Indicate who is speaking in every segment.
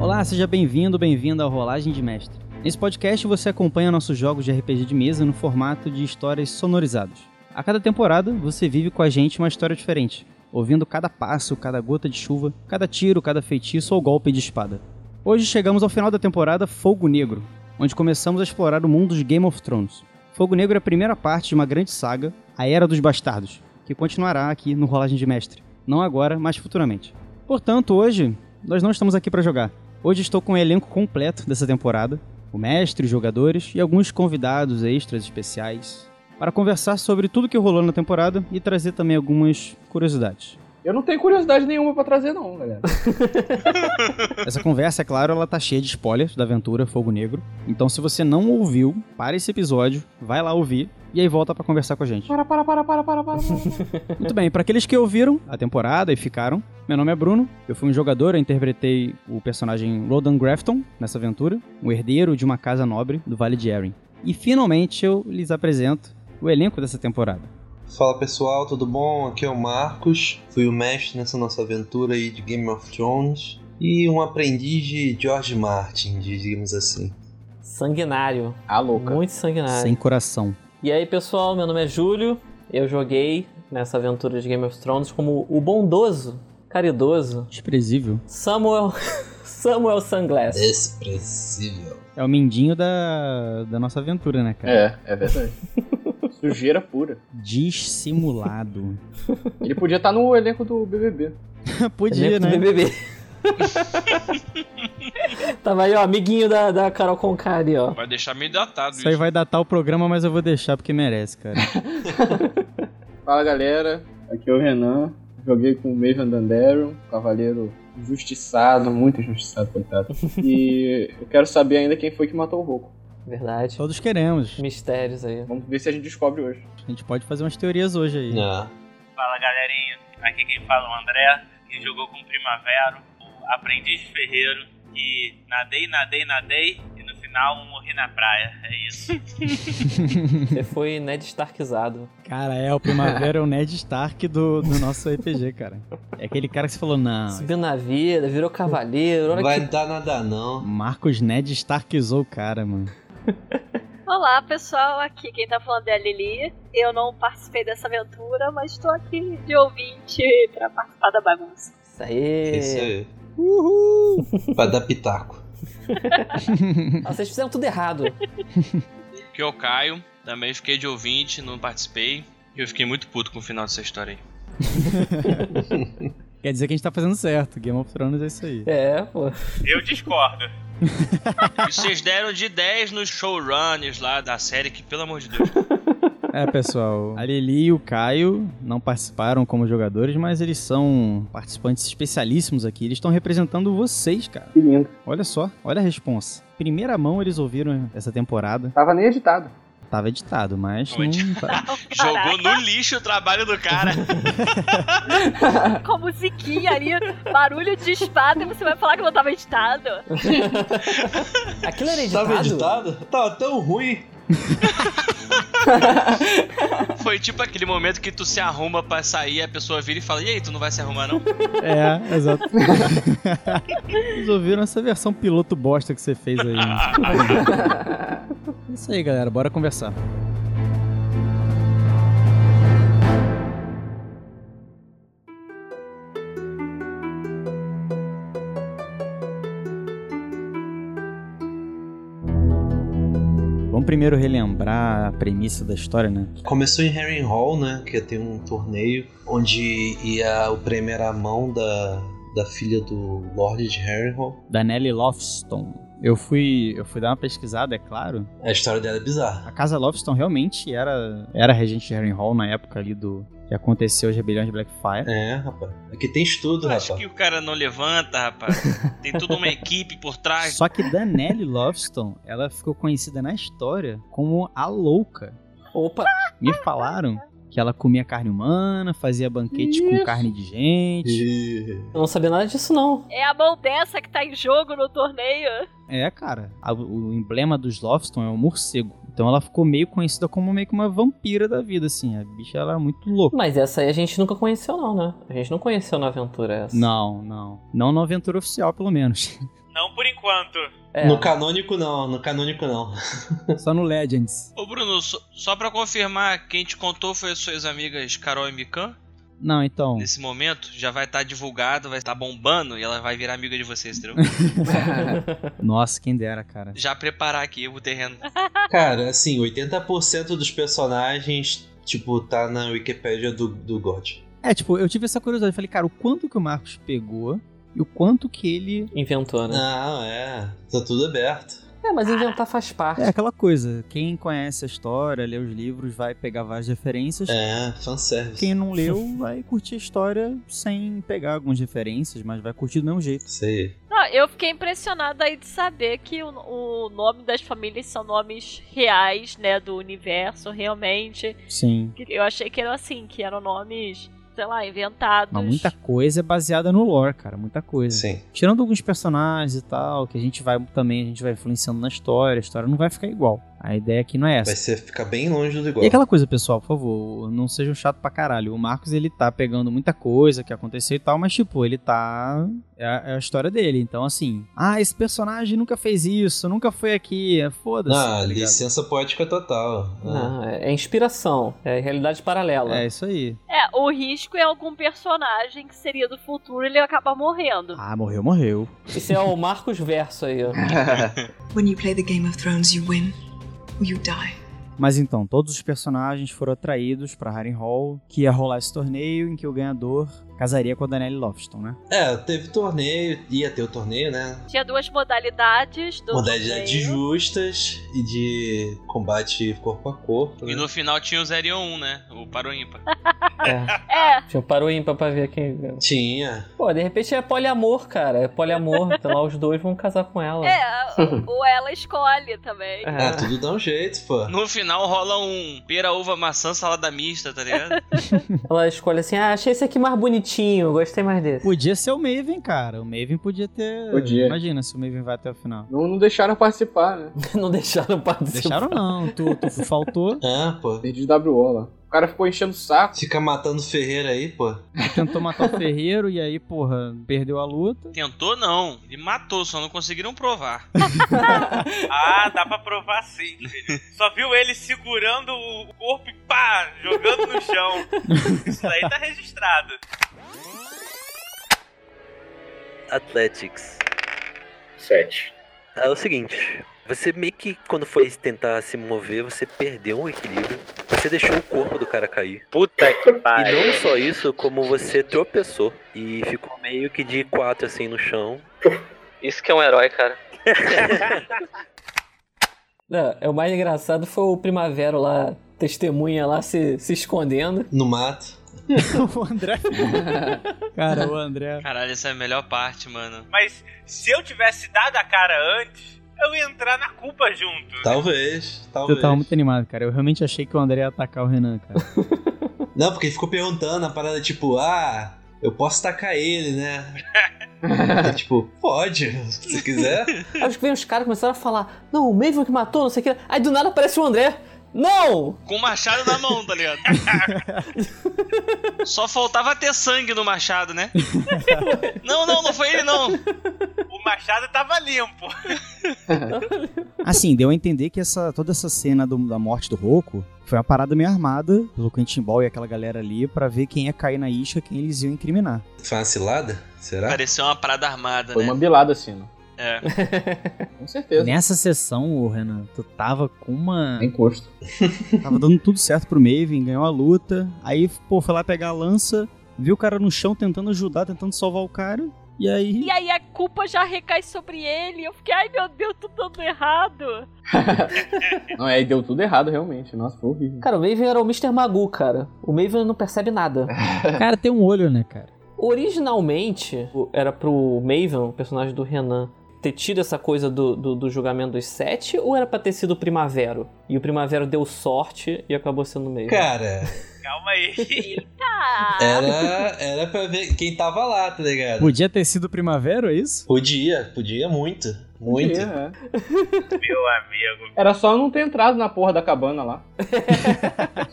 Speaker 1: Olá, seja bem-vindo, bem-vinda ao Rolagem de Mestre. Nesse podcast você acompanha nossos jogos de RPG de mesa no formato de histórias sonorizadas. A cada temporada você vive com a gente uma história diferente, ouvindo cada passo, cada gota de chuva, cada tiro, cada feitiço ou golpe de espada. Hoje chegamos ao final da temporada Fogo Negro, onde começamos a explorar o mundo de Game of Thrones. Fogo Negro é a primeira parte de uma grande saga, a Era dos Bastardos, que continuará aqui no Rolagem de Mestre. Não agora, mas futuramente. Portanto, hoje nós não estamos aqui para jogar. Hoje estou com o elenco completo dessa temporada, o mestre, os jogadores e alguns convidados extras especiais, para conversar sobre tudo que rolou na temporada e trazer também algumas curiosidades.
Speaker 2: Eu não tenho curiosidade nenhuma pra trazer, não, galera.
Speaker 1: Essa conversa, é claro, ela tá cheia de spoilers da aventura Fogo Negro. Então, se você não ouviu, para esse episódio, vai lá ouvir e aí volta para conversar com a gente.
Speaker 2: Para, para, para, para, para, para.
Speaker 1: Muito bem, para aqueles que ouviram a temporada e ficaram, meu nome é Bruno, eu fui um jogador, eu interpretei o personagem Rodan Grafton nessa aventura, um herdeiro de uma casa nobre do Vale de Erin. E finalmente eu lhes apresento o elenco dessa temporada.
Speaker 3: Fala pessoal, tudo bom? Aqui é o Marcos, fui o mestre nessa nossa aventura aí de Game of Thrones e um aprendiz de George Martin, digamos assim.
Speaker 4: Sanguinário.
Speaker 2: Ah, louca.
Speaker 4: Muito sanguinário.
Speaker 1: Sem coração.
Speaker 4: E aí, pessoal, meu nome é Júlio. Eu joguei nessa aventura de Game of Thrones como o bondoso, caridoso
Speaker 1: Desprezível.
Speaker 4: Samuel Samuel Sunglass.
Speaker 3: Desprezível.
Speaker 1: É o mindinho da, da nossa aventura, né, cara?
Speaker 2: É, é verdade. Sujeira pura.
Speaker 1: Dissimulado.
Speaker 2: Ele podia estar no elenco do BBB.
Speaker 1: Podia,
Speaker 4: Elenco do
Speaker 1: né?
Speaker 4: BBB. Tava aí, ó, amiguinho da, da Carol Conká ali, ó.
Speaker 5: Vai deixar meio datado
Speaker 1: Isso aí vai datar o programa, mas eu vou deixar porque merece, cara.
Speaker 2: Fala, galera. Aqui é o Renan. Joguei com o Maven Dandarion, cavaleiro injustiçado, muito injustiçado, coitado. E eu quero saber ainda quem foi que matou o Roku.
Speaker 4: Verdade.
Speaker 1: Todos queremos.
Speaker 4: Mistérios aí.
Speaker 2: Vamos ver se a gente descobre hoje.
Speaker 1: A gente pode fazer umas teorias hoje
Speaker 2: É.
Speaker 1: aí.
Speaker 3: Ah,
Speaker 6: Fala galerinha, aqui quem fala é o André, que jogou com o Primavera, o aprendiz de ferreiro, que nadei, nadei, nadei e no final morri na praia. É isso.
Speaker 4: Você foi Ned Starkizado.
Speaker 1: Cara, é, o Primavera é o Ned Stark do, do nosso RPG, cara. É aquele cara que você falou, não,
Speaker 4: Subiu na vida, virou cavaleiro. Olha
Speaker 3: Ah, vai
Speaker 4: que
Speaker 3: dar nada não.
Speaker 1: Marcos Ned Starkizou o cara, mano.
Speaker 7: Olá pessoal, aqui quem tá falando é a Lili. Eu não participei dessa aventura, mas tô aqui de ouvinte pra participar da bagunça.
Speaker 4: Isso aí.
Speaker 3: Isso aí.
Speaker 1: Uhul!
Speaker 3: Vai dar pitaco.
Speaker 4: Tá Ah, vocês fizeram tudo errado.
Speaker 5: Que eu caio, também fiquei de ouvinte, não participei. E eu fiquei muito puto com o final dessa história aí.
Speaker 1: Quer dizer que a gente tá fazendo certo. Game of Thrones é isso aí.
Speaker 4: É, pô.
Speaker 6: Eu discordo.
Speaker 5: E vocês deram de 10 nos showrunners lá da série, que pelo amor de Deus.
Speaker 1: É, pessoal. A Lili e o Caio não participaram como jogadores, mas eles são participantes especialíssimos aqui. Eles estão representando vocês, cara.
Speaker 2: Que lindo.
Speaker 1: Olha só, olha a responsa. Primeira mão eles ouviram essa temporada.
Speaker 2: Tava nem editado.
Speaker 1: Tava editado, mas não, tá-
Speaker 5: Jogou no lixo o trabalho do cara.
Speaker 7: Com a musiquinha ali, barulho de espada, e você vai falar que não tava editado?
Speaker 4: Aquilo era editado?
Speaker 3: Tava Tá editado? Tava tão ruim.
Speaker 5: Foi tipo aquele momento que tu se arruma pra sair, a pessoa vira e fala: E aí, tu não vai se arrumar não?
Speaker 1: É, exato. Eles ouviram essa versão piloto bosta que você fez aí. É isso aí, galera. Bora conversar. Vamos primeiro relembrar a premissa da história, né?
Speaker 3: Começou em Harry Hall, né? Que tem um torneio onde ia o prêmio era a mão da, da filha do Lorde de Harry Hall.
Speaker 1: Da Nelly Lofton. Eu fui, eu fui dar uma pesquisada, é claro.
Speaker 3: A história dela é bizarra.
Speaker 1: A casa Lofton realmente era, era regente de Harry Hall na época ali do que aconteceu as rebeliões de Blackfire.
Speaker 3: É, rapaz. Aqui tem estudo,
Speaker 5: Eu acho
Speaker 3: rapaz.
Speaker 5: que o cara não levanta, rapaz. Tem toda uma equipe por trás.
Speaker 1: Só que da Nelly Lofton, ela ficou conhecida na história como a louca.
Speaker 4: Opa,
Speaker 1: Me falaram que ela comia carne humana, fazia banquete com carne de gente.
Speaker 3: Ih,
Speaker 4: eu não sabia nada disso, não.
Speaker 7: É a mão dessa que tá em jogo no torneio.
Speaker 1: É, cara. a- o emblema dos Lofton é o morcego. Então ela ficou meio conhecida como meio que uma vampira da vida, assim. A bicha ela é muito louca.
Speaker 4: Mas essa aí a gente nunca conheceu, não, né? A gente não conheceu na aventura essa.
Speaker 1: Não, não. Não na aventura oficial, pelo menos.
Speaker 6: Não por enquanto.
Speaker 4: É,
Speaker 3: No canônico não, no canônico não.
Speaker 1: Só no Legends.
Speaker 5: Ô Bruno, só, só pra confirmar, quem te contou foi as suas amigas Carol e Mikan.
Speaker 1: Não, então.
Speaker 5: Nesse momento, já vai estar divulgado, vai estar bombando e ela vai virar amiga de vocês, entendeu?
Speaker 1: Nossa, quem dera, cara.
Speaker 5: já preparar aqui o terreno.
Speaker 3: Cara, assim, 80% dos personagens, tipo, tá na Wikipédia do, do
Speaker 5: Né?
Speaker 3: God.
Speaker 1: É, tipo, eu tive essa curiosidade. Falei, cara, o quanto que o Marcos pegou e o quanto que ele.
Speaker 4: inventou, né?
Speaker 3: Não, é. Tá tudo aberto.
Speaker 4: É, mas inventar faz parte.
Speaker 1: É aquela coisa. Quem conhece a história, lê os livros, vai pegar várias referências.
Speaker 3: É, fanservice.
Speaker 1: Quem não leu vai curtir a história sem pegar algumas referências, mas vai curtir do mesmo jeito.
Speaker 3: Isso aí.
Speaker 7: Não, eu fiquei impressionada aí de saber que o, o nome das famílias são nomes reais, né, do universo, realmente.
Speaker 1: Sim.
Speaker 7: Eu achei que eram assim, que eram nomes, sei lá, inventados.
Speaker 1: Mas muita coisa é baseada no lore, cara. Muita coisa.
Speaker 3: Sim.
Speaker 1: Tirando alguns personagens e tal, que a gente vai também, a gente vai influenciando na história, a história não vai ficar igual. A ideia aqui não é essa.
Speaker 3: Vai ser ficar bem longe do igual.
Speaker 1: E aquela coisa, pessoal, por favor, não sejam chato pra caralho. O Marcos, ele tá pegando muita coisa que aconteceu e tal, mas, tipo, ele tá. É a, é a história dele. Então, assim, ah, esse personagem nunca fez isso, nunca foi aqui. é Foda-se.
Speaker 3: Ah,
Speaker 1: tá ligado?
Speaker 3: licença poética total. Ah.
Speaker 4: Não, é é inspiração, é realidade paralela.
Speaker 1: É isso aí.
Speaker 7: É, o risco é algum personagem que seria do futuro ele acaba morrendo.
Speaker 1: Ah, morreu, morreu.
Speaker 4: Esse é o Marcos Verso aí, ó.
Speaker 8: When you play the Game of Thrones, you win or you die.
Speaker 1: Mas então, todos os personagens foram atraídos pra Harry Hall, que ia rolar esse torneio em que o ganhador casaria com a Danielle Lofton, né?
Speaker 3: É, teve torneio, ia ter o torneio, né?
Speaker 7: Tinha duas modalidades do
Speaker 3: Modalidades
Speaker 7: torneio.
Speaker 3: justas e de combate corpo a corpo.
Speaker 5: E
Speaker 3: né?
Speaker 5: no
Speaker 6: É.
Speaker 5: final tinha o 0 e o 1, né? O para o ímpar.
Speaker 4: É.
Speaker 7: É,
Speaker 4: Deixa eu parar o ímpar pra ver quem.
Speaker 3: Tinha.
Speaker 4: Pô, de repente é poliamor, cara. É poliamor. Então lá os dois vão casar com ela.
Speaker 7: é, o- ou ela escolhe também.
Speaker 4: Ah. É.
Speaker 3: Ah, tudo dá um jeito, pô.
Speaker 5: No final rola um pera, uva, maçã, salada mista, tá ligado?
Speaker 4: Ela escolhe assim: ah, achei esse aqui mais bonitinho, gostei mais desse.
Speaker 1: Podia ser o Maven, cara. O Maven podia ter.
Speaker 2: Podia.
Speaker 1: Imagina se o Maven vai até o final.
Speaker 2: Não, não deixaram participar, né?
Speaker 4: Não deixaram participar.
Speaker 1: Deixaram não, tu, tu faltou,
Speaker 3: É, pô.
Speaker 2: Perdi de WO lá. O cara ficou enchendo o saco.
Speaker 3: Fica matando Ferreira aí, pô.
Speaker 1: tu tentou matar o Ferreiro e aí, porra, perdeu a luta.
Speaker 5: Tentou não, ele matou, só não conseguiram provar.
Speaker 6: Ah, dá pra provar sim, filho. Só viu ele segurando o corpo e pá, jogando no chão. Isso daí tá registrado.
Speaker 9: Athletics.
Speaker 10: 7.
Speaker 9: Ah, É o seguinte, você meio que quando foi tentar se mover, você perdeu o equilíbrio, você deixou o corpo do cara cair.
Speaker 10: Puta que
Speaker 9: E
Speaker 10: pariu.
Speaker 9: não só isso, como você tropeçou e ficou meio que de quatro assim no chão.
Speaker 10: Isso que é um herói, cara.
Speaker 4: Não, é, o mais engraçado foi o Primavero lá, testemunha lá se, se escondendo.
Speaker 3: No mato.
Speaker 1: o André. cara, o André.
Speaker 5: Caralho, essa é a melhor parte, mano.
Speaker 6: Mas se eu tivesse dado a cara antes, eu ia entrar na culpa junto.
Speaker 3: Talvez,
Speaker 1: Eu
Speaker 3: talvez.
Speaker 1: tava tá muito animado, cara. Eu realmente achei que o André ia atacar o Renan, cara.
Speaker 3: Não, porque ele ficou perguntando a parada tipo, ah, eu posso tacar ele, né? É, tipo, pode, se quiser.
Speaker 4: Acho que vem os caras começaram a falar: não, o Maven que matou, não sei o que. Aí do nada aparece o André. Não!
Speaker 5: Com o machado na mão, tá ligado? Só faltava ter sangue no machado, né? Não, não, não foi ele não.
Speaker 6: O machado tava limpo.
Speaker 1: Assim, deu a entender que essa, toda essa cena do- da morte do Roku foi uma parada meio armada pelo Quentin Ball e aquela galera ali pra ver quem ia cair na isca, quem eles iam incriminar.
Speaker 3: Foi uma cilada? Será?
Speaker 5: Pareceu uma parada armada,
Speaker 2: Foi
Speaker 5: né?
Speaker 2: uma bilada assim, né?
Speaker 5: É.
Speaker 2: Com certeza.
Speaker 1: Nessa sessão, ô, Renan, tu tava com uma.
Speaker 2: Encosto.
Speaker 1: Tava dando tudo certo pro Maven, ganhou a luta. Aí, pô, foi lá pegar a lança, viu o cara no chão tentando ajudar, tentando salvar o cara. E aí.
Speaker 7: E aí a culpa já recai sobre ele. Eu fiquei, ai meu Deus, tudo dando errado.
Speaker 2: Não, aí deu tudo errado, realmente. Nossa, foi horrível.
Speaker 4: Cara, o Maven era o Mr. Magoo, cara. O Maven não percebe nada.
Speaker 1: O cara tem um olho, né, cara?
Speaker 4: Originalmente, o- era pro Maven, o personagem do Renan, ter tido essa coisa do, do, do julgamento dos sete, ou era pra ter sido o Primavero? E o Primavero deu sorte e acabou sendo o Maven.
Speaker 3: Cara,
Speaker 6: Calma aí.
Speaker 7: Ah,
Speaker 3: É. era, era pra ver quem tava lá, tá ligado?
Speaker 1: Podia ter sido primavera, é isso?
Speaker 3: Podia, podia muito. Muito.
Speaker 2: É, é.
Speaker 6: Meu amigo.
Speaker 2: Era só não ter entrado na porra da cabana lá.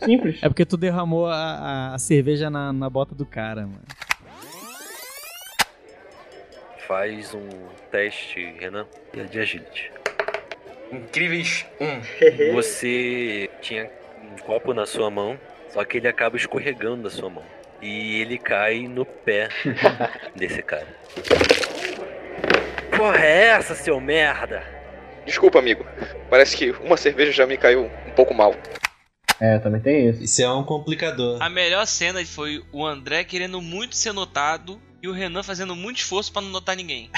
Speaker 2: Simples.
Speaker 1: É porque tu derramou a, a- a cerveja na, na bota do cara, mano.
Speaker 9: Faz um teste, Renan, de agility.
Speaker 10: Incríveis. Um.
Speaker 9: Você tinha um copo na sua mão, só que ele acaba escorregando da sua mão. E ele cai no pé desse cara. Porra é essa, seu merda?
Speaker 11: Desculpa, amigo. Parece que uma cerveja já me caiu um pouco mal.
Speaker 2: É, também tem isso.
Speaker 3: Isso é um complicador.
Speaker 5: A melhor cena foi o André querendo muito ser notado e o Renan fazendo muito esforço pra não notar ninguém.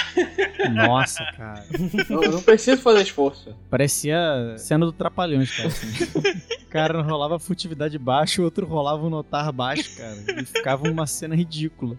Speaker 1: Nossa, cara.
Speaker 2: Não, não preciso fazer esforço.
Speaker 1: Parecia cena do Trapalhões, cara. assim. O cara rolava furtividade baixo, o outro rolava um notar baixo, cara. E ficava uma cena ridícula.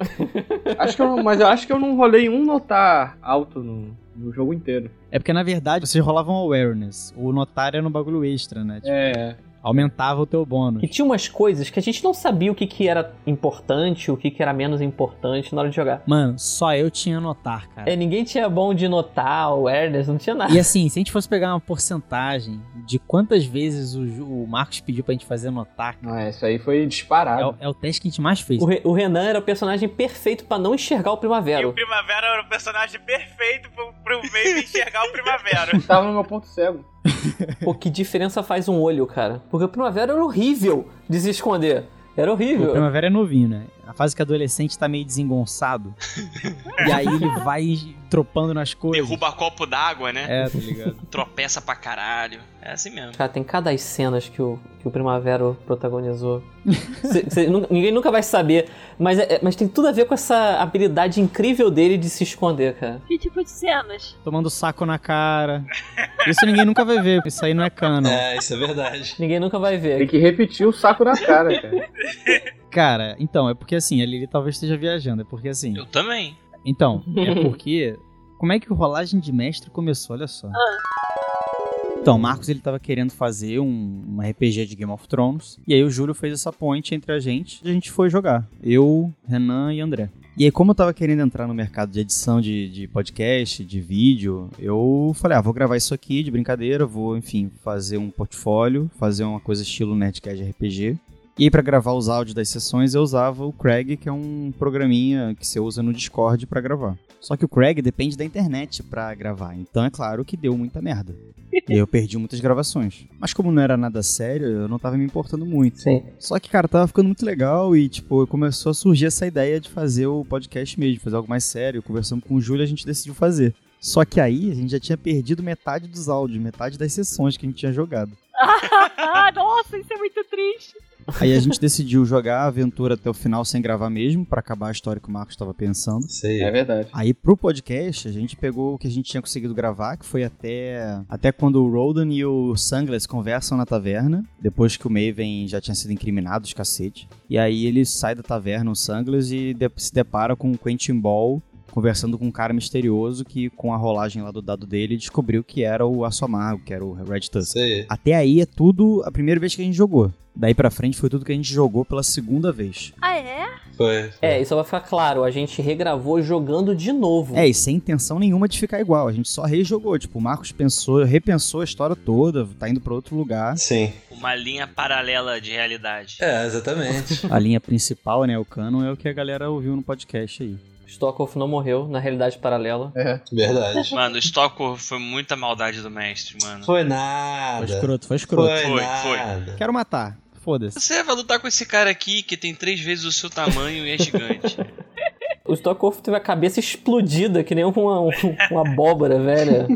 Speaker 2: Acho que eu, mas eu acho que eu não rolei um notar alto no, no jogo inteiro.
Speaker 1: É porque, na verdade, vocês rolavam awareness. O notar era um bagulho extra, né? Tipo,
Speaker 2: É.
Speaker 1: Aumentava o teu bônus.
Speaker 4: E tinha umas coisas que a gente não sabia o que, que era importante, o que, que era menos importante na hora de jogar.
Speaker 1: Mano, só eu tinha notar, cara.
Speaker 4: É, ninguém tinha bom de notar, o awareness, não tinha nada.
Speaker 1: E assim, se a gente fosse pegar uma porcentagem de quantas vezes o, Ju- o Marcos pediu pra gente fazer notar, cara,
Speaker 2: Não, é, isso aí foi
Speaker 1: é, o,
Speaker 2: disparado.
Speaker 1: é o teste que a gente mais fez.
Speaker 4: Ah. O, Re- o Renan era o personagem perfeito pra não enxergar o
Speaker 6: E o
Speaker 4: Primavera.
Speaker 6: Primavera era o personagem perfeito pro, pro meio enxergar o Primavera.
Speaker 2: Tava no meu ponto cego.
Speaker 4: Pô, que diferença faz um olho, cara? Porque o Primavera era horrível de se esconder. Era
Speaker 1: O
Speaker 4: horrível.
Speaker 1: Primavera é novinho, né? A fase que o adolescente tá meio desengonçado. e aí ele vai tropando nas coisas.
Speaker 5: Derruba copo d'água, né?
Speaker 1: É, tá ligado?
Speaker 5: Tropeça pra caralho. É assim mesmo.
Speaker 4: Cara, tem cada as cenas que o, que o Primavera protagonizou. Cê- cê nu- ninguém nunca vai saber. Mas, é- é- mas tem tudo a ver com essa habilidade incrível dele de se esconder, cara.
Speaker 7: Que tipo de cenas?
Speaker 1: Tomando saco na cara. Isso ninguém nunca vai ver, porque isso aí não é canon.
Speaker 3: É, isso é verdade.
Speaker 4: Ninguém nunca vai ver.
Speaker 2: Tem que repetir o saco na cara, cara.
Speaker 1: Cara, então, é porque assim, a Lili talvez esteja viajando. É porque assim.
Speaker 5: Eu também.
Speaker 1: Então, é porque. Como é que o rolagem de mestre começou? Olha só. Então, o Marcos ele tava querendo fazer um, um RPG de Game of Thrones. E aí o Júlio fez essa ponte entre a gente e a gente foi jogar. Eu, Renan e André. E aí, como eu tava querendo entrar no mercado de edição de, de podcast, de vídeo, eu falei, ah, vou gravar isso aqui de brincadeira, vou, enfim, fazer um portfólio, fazer uma coisa estilo Nerdcast RPG. E aí, pra gravar os áudios das sessões, eu usava o Craig, que é um programinha que você usa no Discord pra gravar. Só que o Craig depende da internet pra gravar, então é claro que deu muita merda. E aí eu perdi muitas gravações. Mas como não era nada sério, eu não tava me importando muito.
Speaker 4: Sim.
Speaker 1: Só que, cara, tava ficando muito legal e, tipo, começou a surgir essa ideia de fazer o podcast mesmo, fazer algo mais sério. Conversando com o Júlio, a gente decidiu fazer. Só que aí a gente já tinha perdido metade dos áudios, metade das sessões que a gente tinha jogado.
Speaker 7: Ah, nossa, isso é muito triste.
Speaker 1: Aí a gente decidiu jogar a aventura até o final sem gravar mesmo, pra acabar a história que o Marcos tava pensando.
Speaker 3: Isso aí.
Speaker 2: É verdade.
Speaker 1: Aí pro podcast, a gente pegou o que a gente tinha conseguido gravar, que foi até até quando o Rodan e o Sunglass conversam na taverna, depois que o Maven já tinha sido incriminado, os cacete. E aí ele sai da taverna, o Sunglass, e de- se depara com o Quentin Ball conversando com um cara misterioso que, com a rolagem lá do dado dele, descobriu que era o Assomargo, que era o Red Tusk.
Speaker 3: Isso aí.
Speaker 1: Até aí é tudo a primeira vez que a gente jogou. Daí pra frente foi tudo que a gente jogou pela segunda vez.
Speaker 7: Ah, é?
Speaker 3: Foi.
Speaker 4: É, isso vai ficar claro. A gente regravou jogando de novo.
Speaker 1: É, e sem intenção nenhuma de ficar igual. A gente só rejogou. Tipo, o Marcos pensou, repensou a história toda, tá indo pra outro lugar.
Speaker 5: Ah.
Speaker 3: Sim.
Speaker 5: Uma linha paralela de realidade.
Speaker 3: É, exatamente.
Speaker 1: A linha principal, né? O canon é o que a galera ouviu no podcast aí.
Speaker 4: Stockholm não morreu na realidade paralela.
Speaker 2: É.
Speaker 3: Verdade.
Speaker 5: Mano, o Stocco foi muita maldade do mestre, mano.
Speaker 3: Foi
Speaker 1: Foi
Speaker 3: nada.
Speaker 1: escroto, foi escroto.
Speaker 3: Foi,
Speaker 5: Foi,
Speaker 3: nada.
Speaker 1: Quero matar. Foda-se.
Speaker 5: Você vai lutar com esse cara aqui que tem três vezes o seu tamanho e é gigante.
Speaker 4: O Stockholm teve a cabeça explodida, que nem uma, um- uma abóbora, velha.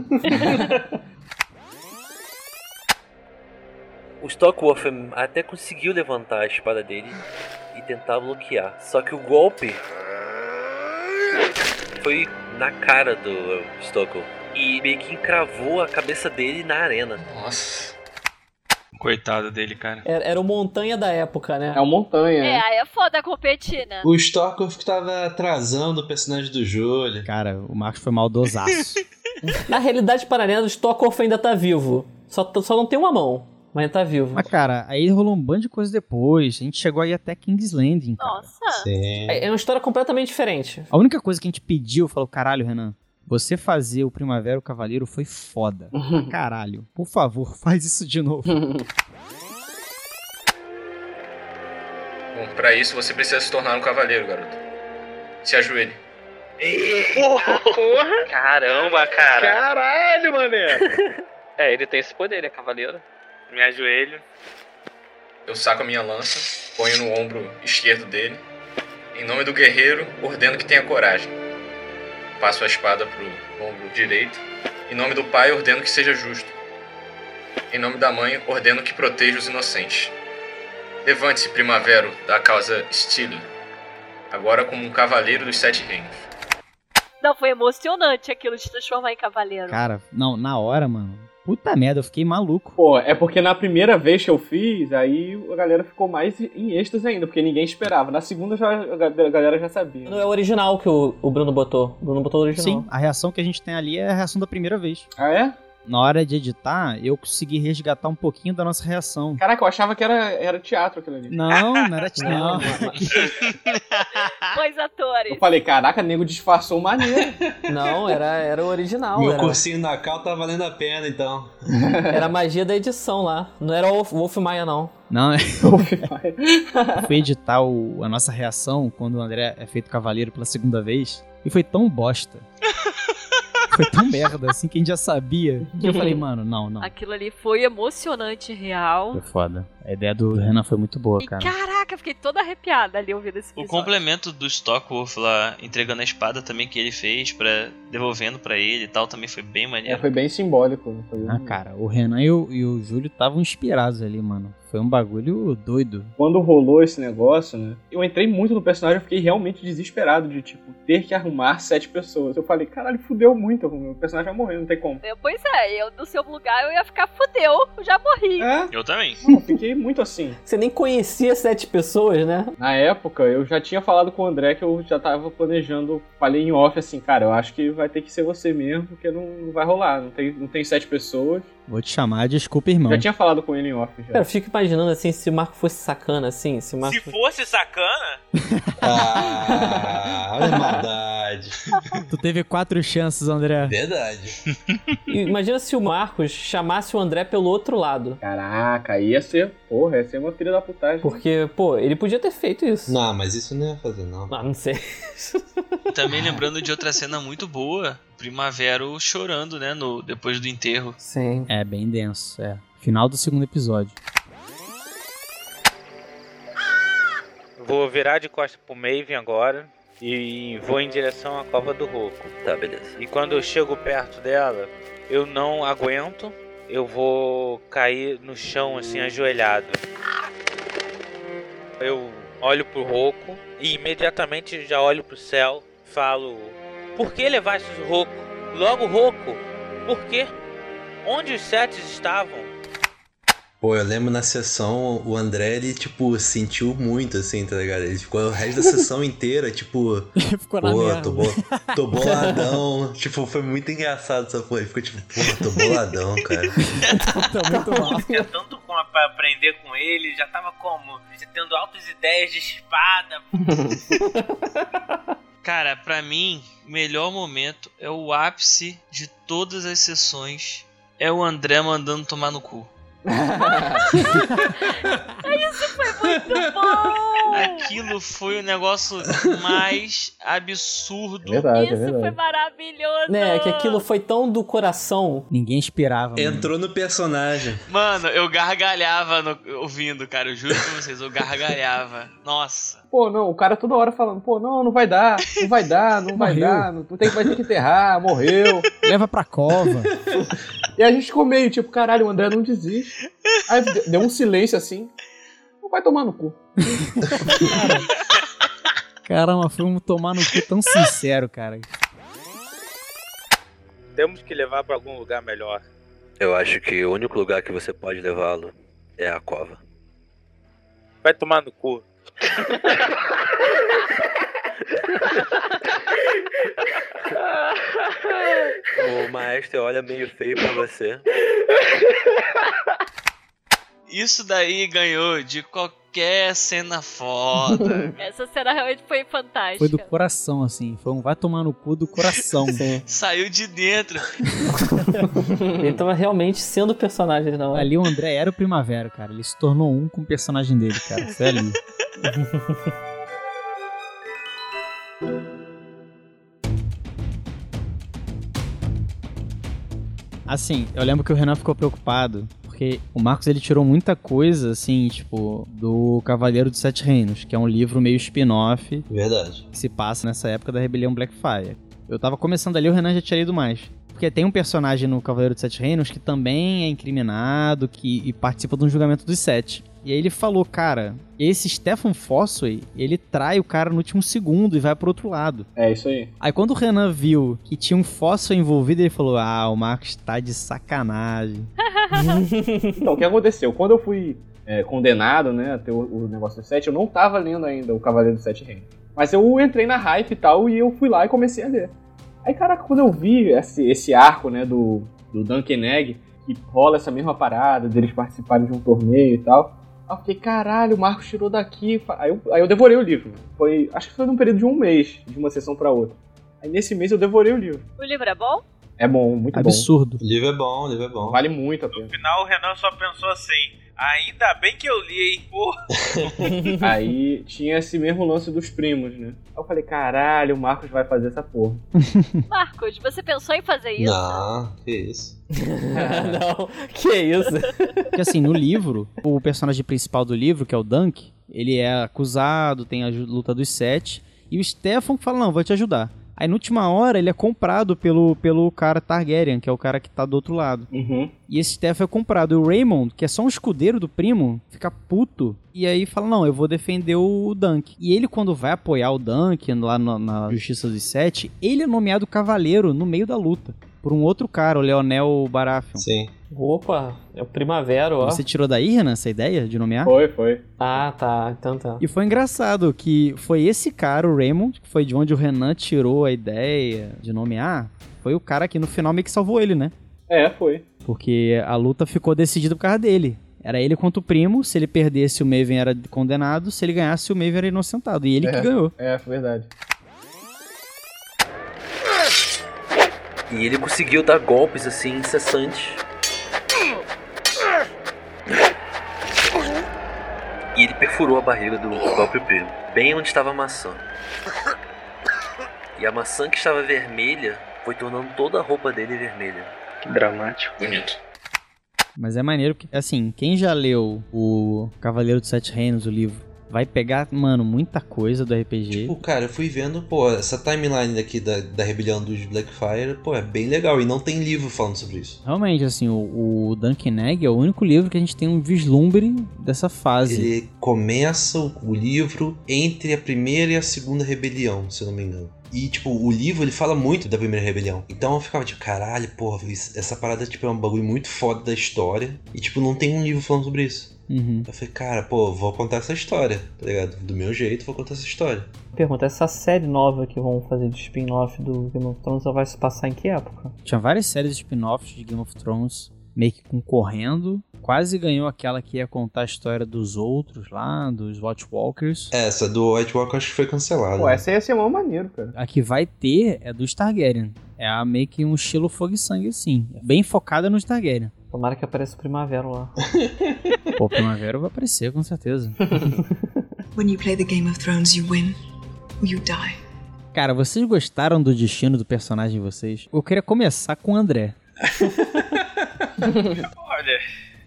Speaker 9: O Stockworth até conseguiu levantar a espada dele e tentar bloquear. Só que o golpe foi na cara do Stockworth. E meio que encravou a cabeça dele na arena.
Speaker 3: Nossa.
Speaker 5: Coitado dele, cara.
Speaker 4: Era, era o montanha da época, né?
Speaker 2: É uma montanha,
Speaker 7: É,
Speaker 2: né?
Speaker 7: aí é foda competir, né?
Speaker 3: O Storkoff que tava atrasando o personagem do Júlio.
Speaker 1: Cara, o Marcos foi maldosaço.
Speaker 4: Na realidade paralela, o Stockholm ainda tá vivo. Só, t- só não tem uma mão, mas tá vivo.
Speaker 1: Mas, cara, aí rolou um bando de coisa depois. A gente chegou aí até King's Landing. cara.
Speaker 5: Ah.
Speaker 7: Nossa.
Speaker 3: Sim.
Speaker 4: É é uma história completamente diferente.
Speaker 1: A única coisa que a gente pediu, falou, caralho, Renan, você fazer o Primavera o Cavaleiro foi foda. Caralho, por favor, faz isso de novo.
Speaker 11: Bom, pra isso você precisa se tornar um cavaleiro, garoto. Se ajoelhe.
Speaker 10: Eita, porra! Caramba, cara!
Speaker 11: Caralho, mané! é, ele tem esse poder, ele é cavaleiro.
Speaker 10: Me ajoelho. Eu saco a minha lança, ponho no ombro esquerdo dele. Em nome do guerreiro, ordeno que tenha coragem. Passo a espada pro ombro direito. Em nome do pai, ordeno que seja justo. Em nome da mãe, ordeno que proteja os inocentes. Levante-se, primavero, da causa Stile. Agora como um cavaleiro dos sete reinos.
Speaker 7: Não, foi emocionante aquilo de se transformar em cavaleiro.
Speaker 1: Cara, não, na hora, mano. Puta merda, eu fiquei maluco.
Speaker 2: Pô, é porque na primeira vez que eu fiz, aí a galera ficou mais em êxtase ainda, porque ninguém esperava. Na segunda já, a ga- a galera já sabia.
Speaker 4: Não é o original que o, o Bruno botou. O Bruno botou o original.
Speaker 1: Sim, a reação que a gente tem ali é a reação da primeira vez.
Speaker 2: Ah, é?
Speaker 1: Na hora de editar, eu consegui resgatar um pouquinho da nossa reação.
Speaker 2: Caraca, eu achava que era, era teatro aquilo ali.
Speaker 1: Não, não era teatro.
Speaker 2: Não.
Speaker 7: Pois atores.
Speaker 2: Eu falei, caraca, nego disfarçou maneiro.
Speaker 4: Não, era, era o original.
Speaker 3: Meu
Speaker 4: era,
Speaker 3: cursinho na cal tá valendo a pena, então.
Speaker 4: era a magia da edição lá. Não era o Wolf, Wolf Maia, não.
Speaker 1: Não, foi editar o- a nossa reação quando o André é feito cavaleiro pela segunda vez. E foi tão bosta. Foi tão merda, assim, que a gente já sabia. Que eu falei, mano, não, não.
Speaker 7: Aquilo ali foi emocionante, real.
Speaker 1: Foi É foda. A ideia do Renan foi muito boa, cara.
Speaker 7: Caraca, eu fiquei toda arrepiada ali ouvindo esse
Speaker 5: O
Speaker 7: episódio.
Speaker 5: complemento do Stockwolf lá, entregando a espada também que ele fez, pra, devolvendo pra ele e tal, também foi bem
Speaker 2: É,
Speaker 5: maneiro.
Speaker 2: foi bem simbólico. Foi...
Speaker 1: Ah, cara, o Renan e o, e o Júlio estavam inspirados ali, mano. Foi um bagulho doido.
Speaker 2: Quando rolou esse negócio, né? Eu entrei muito no personagem, eu fiquei realmente desesperado de, tipo, ter que arrumar sete pessoas. Eu falei, caralho, fudeu muito, o meu personagem vai morrer, não tem como.
Speaker 7: Eu- Pois é, eu do seu lugar eu ia ficar fudeu, eu já morri.
Speaker 2: É?
Speaker 5: Eu também.
Speaker 2: Não, eu fiquei muito assim.
Speaker 4: Você nem conhecia sete pessoas, né?
Speaker 2: Na época, eu já tinha falado com o André que eu já tava planejando, falei em off assim, cara, eu acho que vai ter que ser você mesmo, porque não, não vai rolar, não tem, não tem sete pessoas.
Speaker 1: Vou te chamar, desculpa, irmão.
Speaker 2: Já tinha falado com ele em off já.
Speaker 4: Cara, eu fico imaginando assim, se o Marco fosse sacana, assim, se o Marco...
Speaker 6: Se fosse sacana,
Speaker 3: Ah, olha a maldade.
Speaker 1: Tu teve quatro chances, André.
Speaker 3: Verdade.
Speaker 4: Imagina se o Marcos chamasse o André pelo outro lado.
Speaker 2: Caraca, ia ser, porra, ia ser uma filha da putagem.
Speaker 4: Porque, pô, ele podia ter feito isso.
Speaker 3: Não, mas isso não ia fazer, não.
Speaker 4: Ah, não sei.
Speaker 5: E Também lembrando de outra cena muito boa, Primavero chorando, né, no, depois do enterro.
Speaker 4: Sim.
Speaker 1: É, bem denso, é. Final do segundo episódio.
Speaker 12: Vou virar de costa pro Maven agora e vou em direção à cova do Roco.
Speaker 9: Tá, beleza.
Speaker 12: E quando eu chego perto dela, eu não aguento, eu vou cair no chão assim ajoelhado. Eu olho pro Roco e imediatamente já olho pro céu, falo: "Por que levaste o Roco? Logo Roco? Por quê? Onde os sete estavam?"
Speaker 3: Pô, eu lembro na sessão, o André, ele, tipo, sentiu muito, assim, tá ligado? Ele ficou o resto da sessão inteira, tipo...
Speaker 1: Ficou
Speaker 3: pô,
Speaker 1: na merda.
Speaker 3: tô, bo- tô boladão. tipo, foi muito engraçado essa porra. Ele ficou tipo, pô, tô boladão, cara.
Speaker 1: tá muito mal.
Speaker 6: tinha É, tanto com a- pra aprender com ele, já tava como? Já tendo altas ideias de espada.
Speaker 5: Cara, pra mim, o melhor momento é o ápice de todas as sessões. É o André mandando tomar no cu.
Speaker 7: Muito bom!
Speaker 5: Aquilo foi o negócio mais absurdo.
Speaker 2: Verdade, é
Speaker 7: Isso foi
Speaker 2: verdade.
Speaker 7: maravilhoso!
Speaker 4: Né, que aquilo foi tão do coração.
Speaker 1: Ninguém esperava, mano.
Speaker 3: Entrou no personagem.
Speaker 5: Mano, eu gargalhava no- ouvindo, cara. Eu juro pra vocês, eu gargalhava. Nossa.
Speaker 2: Pô, não, o cara toda hora falando, pô, não, não vai dar, não vai dar, não vai
Speaker 1: Morreu.
Speaker 2: dar, não tem, vai ter que enterrar, morreu.
Speaker 1: Leva pra cova.
Speaker 2: E a gente ficou meio tipo, caralho, o André não desiste. Aí de- deu um silêncio assim. Não vai tomar no cu.
Speaker 1: Caramba, foi um tomar no cu tão sincero, cara.
Speaker 12: Temos que levar pra algum lugar melhor.
Speaker 9: Eu acho que o único lugar que você pode levá-lo é a cova.
Speaker 12: Vai tomar no cu.
Speaker 9: O maestro olha meio feio pra você.
Speaker 5: Isso daí ganhou de qualquer cena foda.
Speaker 7: Essa cena realmente foi fantástica.
Speaker 1: Foi do coração, assim. Foi um vai tomar no cu do coração.
Speaker 4: Sim.
Speaker 5: Saiu de dentro.
Speaker 4: Ele tava realmente sendo o personagem é? na hora.
Speaker 1: Ali o André era o Primavera, cara. Ele se tornou um com o personagem dele, cara. é Foi ali. Assim, eu lembro que o Renan ficou preocupado, porque o Marcos ele tirou muita coisa, assim, tipo, do Cavaleiro dos Sete Reinos, que é um livro meio spin-off.
Speaker 3: Verdade.
Speaker 1: Que se passa nessa época da Rebelião Blackfire. Eu tava começando ali, o Renan já tinha lido mais. Porque tem um personagem no Cavaleiro dos Sete Reinos que também é incriminado que, e participa de um julgamento dos sete. E aí ele falou, cara, esse Stefan Fossway, ele trai o cara no último segundo e vai pro outro lado.
Speaker 2: É isso aí.
Speaker 1: Aí quando o Renan viu que tinha um Fossway envolvido, ele falou, ah, o Marcos tá de sacanagem.
Speaker 2: então, o que aconteceu? Quando eu fui é, condenado, né, a ter o, o negócio do 7, eu não tava lendo ainda o Cavaleiro dos Sete Reinos. Mas eu entrei na hype e tal, e eu fui lá e comecei a ler. Aí, caraca, quando eu vi esse, esse arco, né, do, do Duncan Egg, que rola essa mesma parada deles participarem de um torneio e tal, Aí eu fiquei, caralho, o Marcos tirou daqui. Aí eu, aí eu devorei o livro. Foi, acho que foi num período de um mês, de uma sessão pra outra. Aí nesse mês eu devorei o livro.
Speaker 7: O livro é bom?
Speaker 2: É bom, muito
Speaker 1: Absurdo.
Speaker 3: O livro é bom, o livro é bom.
Speaker 2: bom. Vale muito a pena.
Speaker 6: No final, o Renan só pensou assim: ainda bem que eu li, hein? Porra.
Speaker 2: Aí tinha esse mesmo lance dos primos, né? Aí eu falei, caralho, o Marcos vai fazer essa porra.
Speaker 7: Marcos, você pensou em fazer isso?
Speaker 3: Não, que isso.
Speaker 4: não, que isso?
Speaker 1: Porque assim, no livro, o personagem principal do livro, que é o Dunk, ele é acusado, tem a ju- luta dos sete, e o Stefan fala, não, vou te ajudar. Aí, na última hora, ele é comprado pelo, pelo cara Targaryen, que é o cara que tá do outro lado.
Speaker 2: Uhum.
Speaker 1: E esse Stefan é comprado. E o Raymond, que é só um escudeiro do primo, fica puto. E aí fala, não, eu vou defender o Dunk. E ele, quando vai apoiar o Dunk lá na, na Justiça dos Sete, ele é nomeado cavaleiro no meio da luta. Por um outro cara, o Leonel Baratheon.
Speaker 3: Sim.
Speaker 4: Opa, é o Primavera, ó.
Speaker 1: Você tirou daí, Renan, essa ideia de nomear?
Speaker 2: Foi, foi.
Speaker 4: Ah, tá, então tá.
Speaker 1: E foi engraçado que foi esse cara, o Raymond, que foi de onde o Renan tirou a ideia de nomear, foi o cara que no final meio que salvou ele, né?
Speaker 2: É, foi.
Speaker 1: Porque a luta ficou decidida por causa dele. Era ele contra o primo, se ele perdesse o Maven era condenado, se ele ganhasse o Maven era inocentado. E ele que
Speaker 2: É,
Speaker 1: ganhou.
Speaker 2: É, foi verdade.
Speaker 9: E ele conseguiu dar golpes assim incessantes. E ele perfurou a barriga do golpe primo, bem onde estava a maçã. E a maçã que estava vermelha foi tornando toda a roupa dele vermelha.
Speaker 11: Que dramático.
Speaker 10: Bonito.
Speaker 1: Mas é maneiro porque, assim, quem já leu o Cavaleiro dos Sete Reinos, o livro, vai pegar, mano, muita coisa do RPG.
Speaker 3: Pô, cara, eu fui vendo, pô, essa timeline daqui da, da rebelião dos Blackfire, pô, é bem legal. E não tem livro falando sobre isso.
Speaker 1: Realmente, assim, o, o Duncan Egg é o único livro que a gente tem um vislumbre dessa fase.
Speaker 3: Ele começa o o livro entre a primeira e a segunda rebelião, se eu não me engano. E, tipo, o livro, ele fala muito da primeira rebelião. Então eu ficava tipo, caralho, porra, isso- essa parada, tipo, é um bagulho muito foda da história. E, tipo, não tem um livro falando sobre isso.
Speaker 1: Uhum.
Speaker 3: Eu falei, cara, pô, vou contar essa história, tá ligado? Do meu jeito, vou contar essa história.
Speaker 4: Pergunta, essa série nova que vão fazer de spin-off do Game of Thrones, ela vai se passar em que época?
Speaker 1: Tinha várias séries de spin-offs de Game of Thrones meio que concorrendo. Quase ganhou aquela que ia contar a história dos outros lá, dos Watch Walkers.
Speaker 3: É, Essa do White Walker acho que foi cancelada.
Speaker 2: Pô,
Speaker 3: né?
Speaker 2: essa ia ser mó maneiro, cara.
Speaker 1: A que vai ter é dos Targaryen. É a meio que um estilo fogo e sangue, assim. Bem focada nos Targaryen.
Speaker 4: Tomara que apareça o Primavera lá.
Speaker 1: Pô, Primavera vai aparecer, com certeza.
Speaker 8: When you play the Game of Thrones, you win or you die.
Speaker 1: Cara, vocês gostaram do destino do personagem de vocês? Eu queria começar com o André.
Speaker 6: Olha,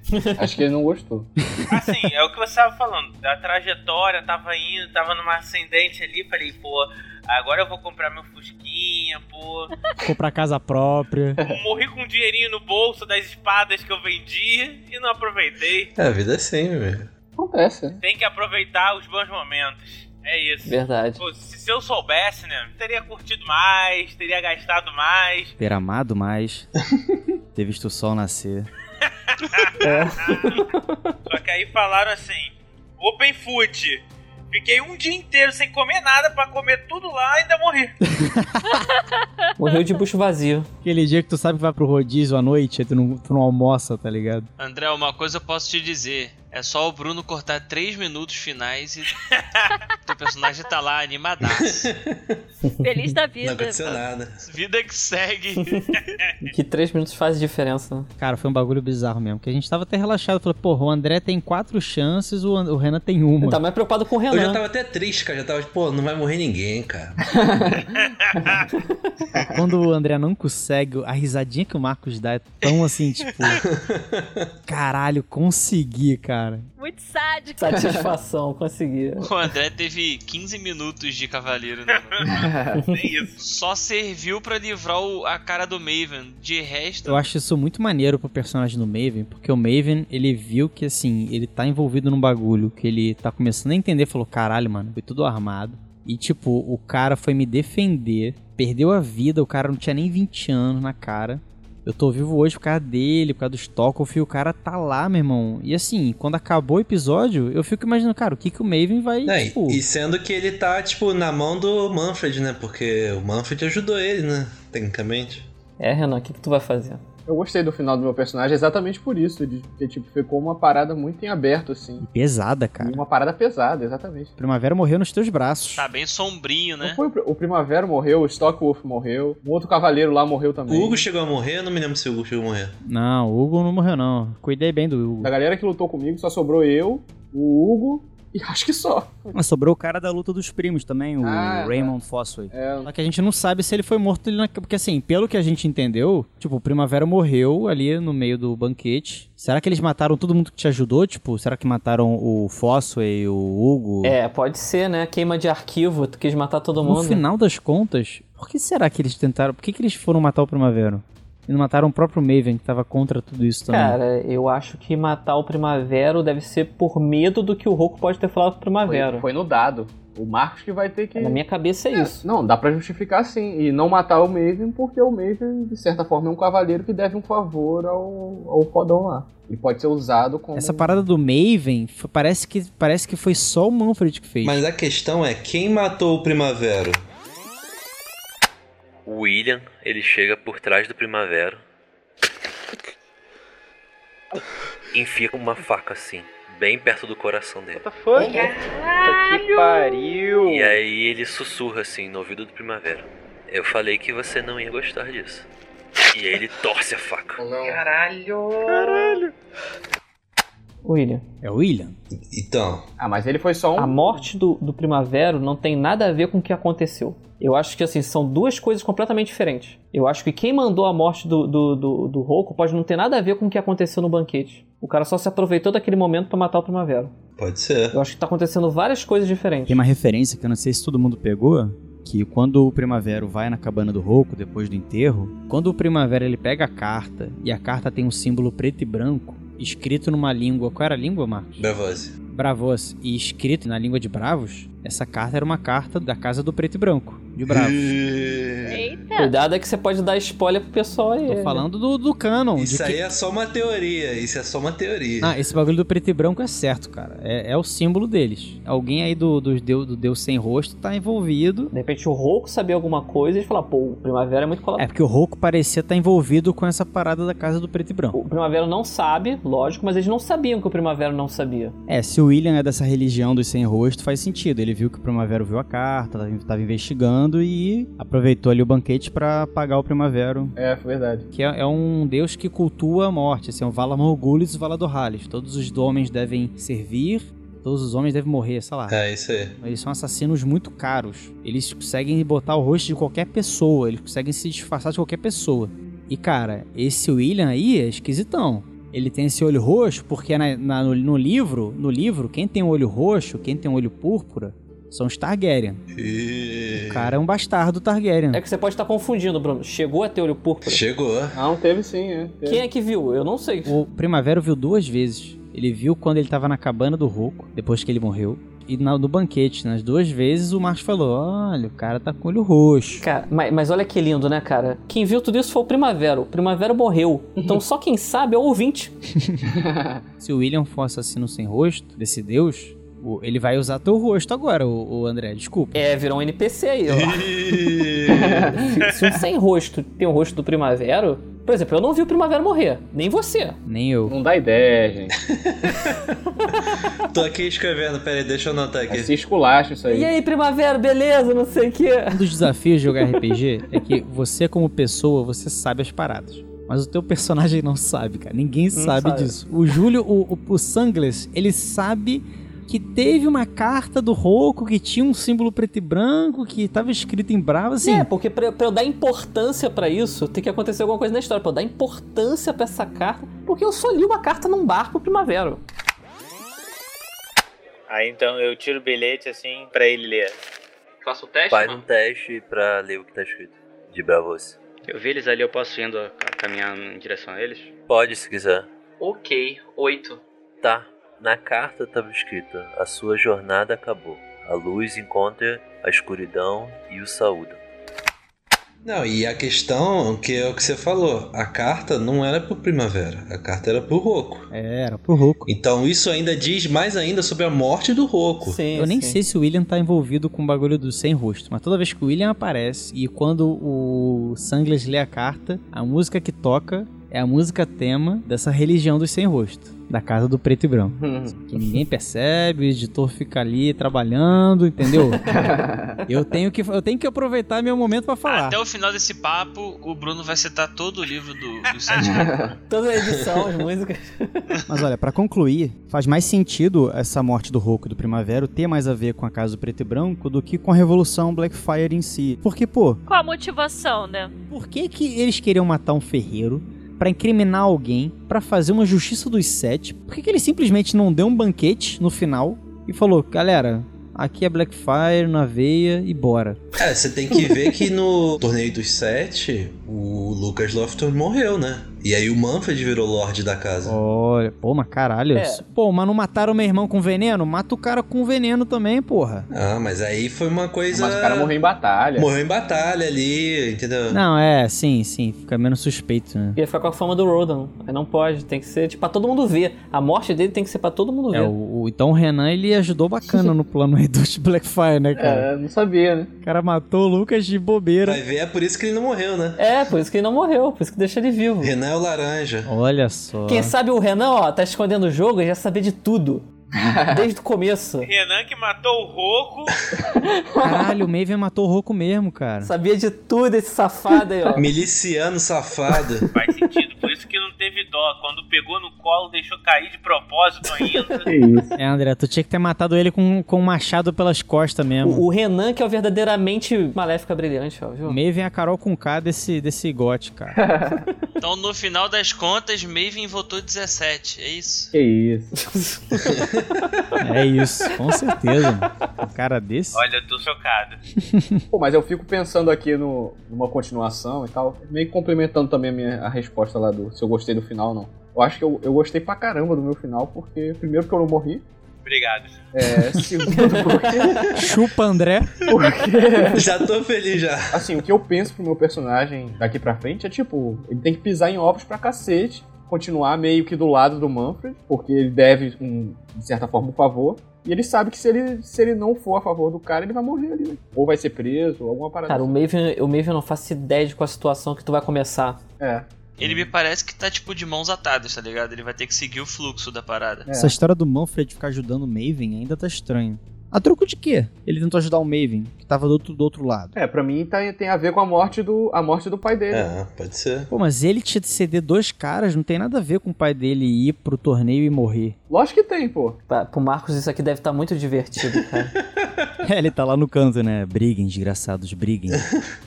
Speaker 2: Acho que ele não gostou.
Speaker 6: assim, é o que você tava falando. A trajetória tava indo, tava numa ascendente ali. Falei, pô, agora eu vou comprar meu Fusquinha, pô.
Speaker 1: Ficou pra casa própria.
Speaker 6: Morri com um dinheirinho no bolso das espadas que eu vendi e não aproveitei.
Speaker 3: É, a vida é assim, velho.
Speaker 2: Acontece, né?
Speaker 6: Tem que aproveitar os bons momentos. É isso.
Speaker 4: Verdade.
Speaker 6: Pô, se, se eu soubesse, né? Teria curtido mais, teria gastado mais.
Speaker 1: Ter amado mais. Ter visto o sol nascer.
Speaker 4: É.
Speaker 6: Só que aí falaram assim: Open Food. Fiquei um dia inteiro sem comer nada pra comer tudo lá e ainda morri.
Speaker 4: Morreu de bucho vazio.
Speaker 1: Aquele dia que tu sabe que vai pro rodízio à noite, aí tu não, tu não almoça, tá ligado?
Speaker 5: André, uma coisa eu posso te dizer. É só o Bruno cortar três minutos finais e o personagem tá lá animadaço.
Speaker 7: Feliz da vida.
Speaker 3: Não aconteceu nada.
Speaker 5: Vida que segue.
Speaker 4: Que três minutos faz diferença. né?
Speaker 1: Cara, foi um bagulho bizarro mesmo. Que a gente tava até relaxado. Falou, porra, o André tem quatro chances, o, An- o Renan tem uma.
Speaker 4: Tá mais preocupado com o
Speaker 3: Eu já tava até triste, cara. Já tava tipo, pô, não vai morrer ninguém, cara.
Speaker 1: Quando o André não consegue, a risadinha que o Marcos dá é tão assim, tipo. Caralho, consegui, cara.
Speaker 7: Muito sádico.
Speaker 4: Satisfação, consegui.
Speaker 5: O André teve 15 minutos de cavaleiro, né?
Speaker 6: Nem isso.
Speaker 5: Só serviu pra livrar o- a cara do Maven. De resto,
Speaker 1: Eu acho isso muito maneiro pro personagem do Maven, porque o Maven, ele viu que, assim, ele tá envolvido num bagulho que ele tá começando a entender, falou, caralho, mano, foi tudo armado. E, tipo, o cara foi me defender, perdeu a vida, o cara não tinha nem 20 anos na cara. Eu tô vivo hoje por causa dele, por causa do Stockholm, e o cara tá lá, meu irmão. E, assim, quando acabou o episódio, eu fico imaginando, cara, o que que o Maven vai,
Speaker 3: Não, e-
Speaker 1: tipo...
Speaker 3: e sendo que ele tá, tipo, na mão do Manfred, né? Porque o Manfred ajudou ele, né? Tecnicamente.
Speaker 4: É, Renan, o que, que tu vai fazer?
Speaker 2: Eu gostei do final do meu personagem exatamente por isso, de que tipo, ficou uma parada muito em aberto, assim.
Speaker 1: Pesada, cara.
Speaker 2: E uma parada pesada, exatamente.
Speaker 1: Primavera morreu nos teus braços.
Speaker 5: tá bem sombrinho, né?
Speaker 2: Não foi o Pri- o Primavera morreu, o Stockwolf morreu, um outro cavaleiro lá morreu
Speaker 3: O
Speaker 2: também.
Speaker 3: Hugo chegou a morrer? Eu não me lembro se o Hugo chegou a morrer.
Speaker 1: Não, o Hugo não morreu, não. Cuidei bem do Hugo.
Speaker 2: Da galera que lutou comigo só sobrou eu, o Hugo e acho que só.
Speaker 1: Mas sobrou o cara da luta dos primos também, o
Speaker 2: Ah, tá.
Speaker 1: Raymond Fosway.
Speaker 2: É,
Speaker 1: Só que a gente não sabe se ele foi morto ali na... Porque assim, pelo que a gente entendeu, tipo, o Primavera morreu ali no meio do banquete. Será que eles mataram todo mundo que te ajudou? Tipo, será que mataram o Fosway, o Hugo?
Speaker 4: É, né? pode ser, né? Queima de arquivo, tu quis matar todo
Speaker 1: Tipo, No
Speaker 4: mundo.
Speaker 1: final das contas, por que será que eles tentaram... Por que, que eles foram matar o Primavera? E não mataram o próprio Maven, que tava contra tudo isso também.
Speaker 4: Cara, eu acho que matar o Primavero deve ser por medo do que o Roku pode ter falado pro Primavero.
Speaker 2: foi, foi no dado. O Marcos que vai ter que.
Speaker 4: Na minha cabeça é, isso.
Speaker 2: Não, dá pra justificar sim. E não matar o Maven, porque o Maven, de certa forma, é um cavaleiro que deve um favor ao, ao fodão lá. Ele pode ser usado como.
Speaker 1: Essa parada do Maven, f- parece que, parece que foi só o Manfred que fez.
Speaker 3: Mas a questão é, quem matou o Primavera?
Speaker 9: O William, ele chega por trás do Primavera. Enfia uma faca assim, bem perto do coração dele.
Speaker 13: Foi? Puta que pariu!
Speaker 9: E aí ele sussurra assim no ouvido do Primavera. Eu falei que você não ia gostar disso. E aí ele torce a faca.
Speaker 13: Caralho! Caralho!
Speaker 4: William.
Speaker 1: É o William?
Speaker 3: Então.
Speaker 2: Ah, mas ele foi só um.
Speaker 4: A morte do, do Primavero não tem nada a ver com o que aconteceu. Eu acho que, assim, são duas coisas completamente diferentes. Eu acho que quem mandou a morte do, do, do, do Roku pode não ter nada a ver com o que aconteceu no banquete. O cara só se aproveitou daquele momento pra matar o Primavera.
Speaker 3: Pode ser.
Speaker 4: Eu acho que tá acontecendo várias coisas diferentes.
Speaker 1: Tem uma referência que eu não sei se todo mundo pegou, que quando o Primavera vai na cabana do Rouco depois do enterro, quando o Primavera ele pega a carta e a carta tem um símbolo preto e branco escrito numa língua, qual era a língua, Marcos?
Speaker 3: Bravose.
Speaker 1: Bravos e escrito na língua de Bravos, essa carta era uma carta da casa do preto e branco, de Bravos.
Speaker 3: Hum.
Speaker 7: Eita.
Speaker 4: Cuidado é que você pode dar spoiler pro pessoal aí.
Speaker 1: Tô falando do, do canon. de
Speaker 3: Isso
Speaker 1: que-
Speaker 3: aí é só uma teoria, isso é só uma teoria.
Speaker 1: Ah, esse bagulho do preto e branco é certo, cara. É, é o símbolo deles. Alguém aí do, do, deu- do Deus Sem Rosto tá envolvido.
Speaker 4: De repente o Roku sabia alguma coisa e falar, pô, o Primavera é muito colado.
Speaker 1: É porque o Rouco parecia estar envolvido com essa parada da casa do preto e branco.
Speaker 4: O Primavera não sabe, lógico, mas eles não sabiam que o Primavera não sabia.
Speaker 1: É, se o William é dessa religião dos sem rosto, faz sentido. Ele viu que o Primavera viu a carta, tava- tava investigando e aproveitou ali o banquete pra pagar o Primavera.
Speaker 2: É, foi verdade.
Speaker 1: Que é, é um deus que cultua a morte, assim, é o Vala Morgulis e o Vala Dorralis. Todos os homens devem servir, todos os homens devem morrer, sei lá.
Speaker 3: É, isso aí.
Speaker 1: Eles são assassinos muito caros. Eles conseguem botar o rosto de qualquer pessoa, eles conseguem se disfarçar de qualquer pessoa. E cara, esse William aí é esquisitão. Ele tem esse olho roxo porque na- na- no, no livro, no livro, quem tem um olho roxo, quem tem um olho púrpura, são os Targaryen.
Speaker 3: E...
Speaker 1: O cara é um bastardo Targaryen.
Speaker 4: É que você pode estar confundindo, Bruno. Chegou a ter olho púrpura.
Speaker 3: Chegou.
Speaker 2: Não, teve sim, é. Teve.
Speaker 4: Quem é que viu? Eu não sei.
Speaker 1: O Primavera viu duas vezes. Ele viu quando ele tava na cabana do Roku, depois que ele morreu. E na- no banquete, nas duas vezes, o Marcos falou: Olha, o cara tá com olho roxo.
Speaker 4: Cara, mas, mas olha que lindo, né, cara? Quem viu tudo isso foi o Primavera. O Primavera morreu. Então só quem sabe é o ouvinte.
Speaker 1: Se o William for assassino sem rosto, desse deus, É. o- ele vai usar teu rosto agora, o, o André, desculpa.
Speaker 4: É, virou um NPC aí. ó.
Speaker 3: E...
Speaker 4: se, se um sem rosto tem o rosto do Primavera, por exemplo, eu não vi o Primavera morrer, nem você.
Speaker 1: Nem eu.
Speaker 2: Não dá ideia, gente.
Speaker 3: Tô aqui escrevendo, peraí, deixa eu anotar aqui.
Speaker 2: Se esculacha isso
Speaker 1: É
Speaker 4: E aí, Primavera, beleza? Não sei o quê.
Speaker 1: Um dos desafios de jogar RPG é que você, como pessoa, você sabe as paradas. Mas o teu personagem não sabe, cara. Ninguém sabe,
Speaker 4: sabe.
Speaker 1: disso. O Júlio, o, o, o Sunglass, ele sabe que teve uma carta do Roco que tinha um símbolo preto e branco, que tava escrito em brava, assim.
Speaker 4: É, porque pra, pra eu dar importância pra isso, tem que acontecer alguma coisa na história. Pra eu dar importância pra essa carta, porque eu só li uma carta num barco primavera.
Speaker 12: Aí então eu tiro o bilhete assim pra ele ler.
Speaker 6: Faço o teste,
Speaker 9: Faz
Speaker 6: mano?
Speaker 9: um teste pra ler o que tá escrito. De bravos.
Speaker 14: Eu vi eles ali, eu posso indo a- a caminhar em direção a eles?
Speaker 9: Pode, se quiser.
Speaker 6: Ok, oito.
Speaker 9: Tá. Na carta estava escrito: A sua jornada acabou. A luz encontra a escuridão e o saúda.
Speaker 3: Não, e a questão que é o que você falou, a carta não era pro Primavera, a carta era pro Roco.
Speaker 1: Era pro Roco.
Speaker 3: Então isso ainda diz mais ainda sobre a morte do Roco.
Speaker 4: Sim,
Speaker 1: Eu nem sei se o William tá envolvido com o bagulho do sem rosto, mas toda vez que o William aparece e quando o Sanglas lê a carta, a música que toca é a música tema dessa religião dos sem rosto, da casa do preto e branco. que ninguém percebe, o editor fica ali trabalhando, entendeu? eu tenho que eu tenho que aproveitar meu momento pra falar.
Speaker 5: Até o final desse papo, o Bruno vai citar todo o livro do, do Sete Capas.
Speaker 4: Toda a edição, as músicas.
Speaker 1: Mas olha, pra concluir, faz mais sentido essa morte do Roku e do Primavera ter mais a ver com a casa do preto e branco do que com a revolução Blackfire em si. Porque, pô,
Speaker 7: Qual a motivação, né?
Speaker 1: Por que, que eles queriam matar um ferreiro pra incriminar alguém, pra fazer uma justiça dos sete? Por que, que ele simplesmente não deu um banquete no final e falou, galera, aqui é Blackfire na veia e bora?
Speaker 3: É, você tem que ver que no torneio dos sete, o Lucas Lofton morreu, né? E aí o Manfred virou Lorde da casa.
Speaker 1: Olha, pô, mas caralho.
Speaker 3: É.
Speaker 1: Pô, mas não mataram meu irmão com veneno? Mata o cara com veneno também, porra.
Speaker 3: Ah, mas aí foi uma coisa.
Speaker 1: Mas o cara morreu né?
Speaker 2: em batalha.
Speaker 3: Morreu em batalha ali, entendeu?
Speaker 1: Não, é, sim, sim, fica menos suspeito, né?
Speaker 4: Ia ficar com a fama do Rodan. Aí não pode, tem que ser tipo, pra todo mundo ver. A morte dele tem que ser pra todo mundo ver.
Speaker 1: É, o, o- então o Renan ele ajudou bacana no plano aí do Blackfire, né, cara?
Speaker 2: não sabia, né?
Speaker 1: O cara matou o Lucas de bobeira.
Speaker 3: Vai ver, é por isso que ele não morreu, né?
Speaker 4: É, por isso que ele não morreu, por isso que deixa ele vivo.
Speaker 3: Renan é o laranja.
Speaker 1: Olha só.
Speaker 4: Quem sabe o Renan, ó, tá escondendo o jogo e já sabia de tudo. Desde o começo.
Speaker 6: Renan que matou o Roco.
Speaker 1: Caralho, o Maven matou o Roku mesmo, cara.
Speaker 4: Sabia de tudo esse safado aí, ó.
Speaker 3: Miliciano safado.
Speaker 6: Faz sentido, por isso que não teve dó. Quando pegou no colo, deixou cair de propósito ainda.
Speaker 1: É, André, tu tinha que ter matado ele com, com um machado pelas costas mesmo.
Speaker 4: O, o Renan que é o verdadeiramente maléfica brilhante, ó, viu?
Speaker 1: O Maven é a Carol com K desse, desse gote, cara.
Speaker 5: Então, no final das contas, Maven votou 17, é isso?
Speaker 1: que isso. é isso, com certeza. mano. Um cara desse.
Speaker 6: Olha, eu tô chocado.
Speaker 2: Pô, mas eu fico pensando aqui no, numa continuação e tal, meio que complementando também a minha a resposta lá do se eu gostei do final ou não. Eu acho que eu, eu gostei pra caramba do meu final, porque primeiro que eu não morri,
Speaker 6: Obrigado.
Speaker 2: é, segundo porque...
Speaker 1: Chupa, André.
Speaker 2: Porque...
Speaker 3: Já tô feliz já.
Speaker 2: Assim, o que eu penso pro meu personagem daqui pra frente é tipo, ele tem que pisar em ovos pra cacete, continuar meio que do lado do Manfred, porque ele deve, um- de certa forma, um favor. E ele sabe que se ele, se ele não for a favor do cara, ele vai morrer ali, né? Ou vai ser preso, ou alguma parada. assim.
Speaker 4: Cara, um o Maven, o Maven não faço ideia de qual a situação que tu vai começar.
Speaker 2: É.
Speaker 5: Ele me parece que tá, tipo, de mãos atadas, tá ligado? Ele vai ter que seguir o fluxo da parada.
Speaker 1: Essa história do Manfred ficar ajudando o Maven ainda tá estranho. A troco de quê? Ele tentou ajudar o Maven, que tava do outro, do outro lado.
Speaker 2: É, pra mim tá- tem a ver com a morte do, a morte do pai dele.
Speaker 3: É, pode ser.
Speaker 1: Pô, mas ele tinha de ceder dois caras, não tem nada a ver com o pai dele ir pro torneio e morrer.
Speaker 2: Lógico que tem, pô.
Speaker 4: Pra, pro Marcos, isso aqui deve estar muito divertido, cara.
Speaker 1: É, ele tá lá no canto, né? Briguem, desgraçados, briguem.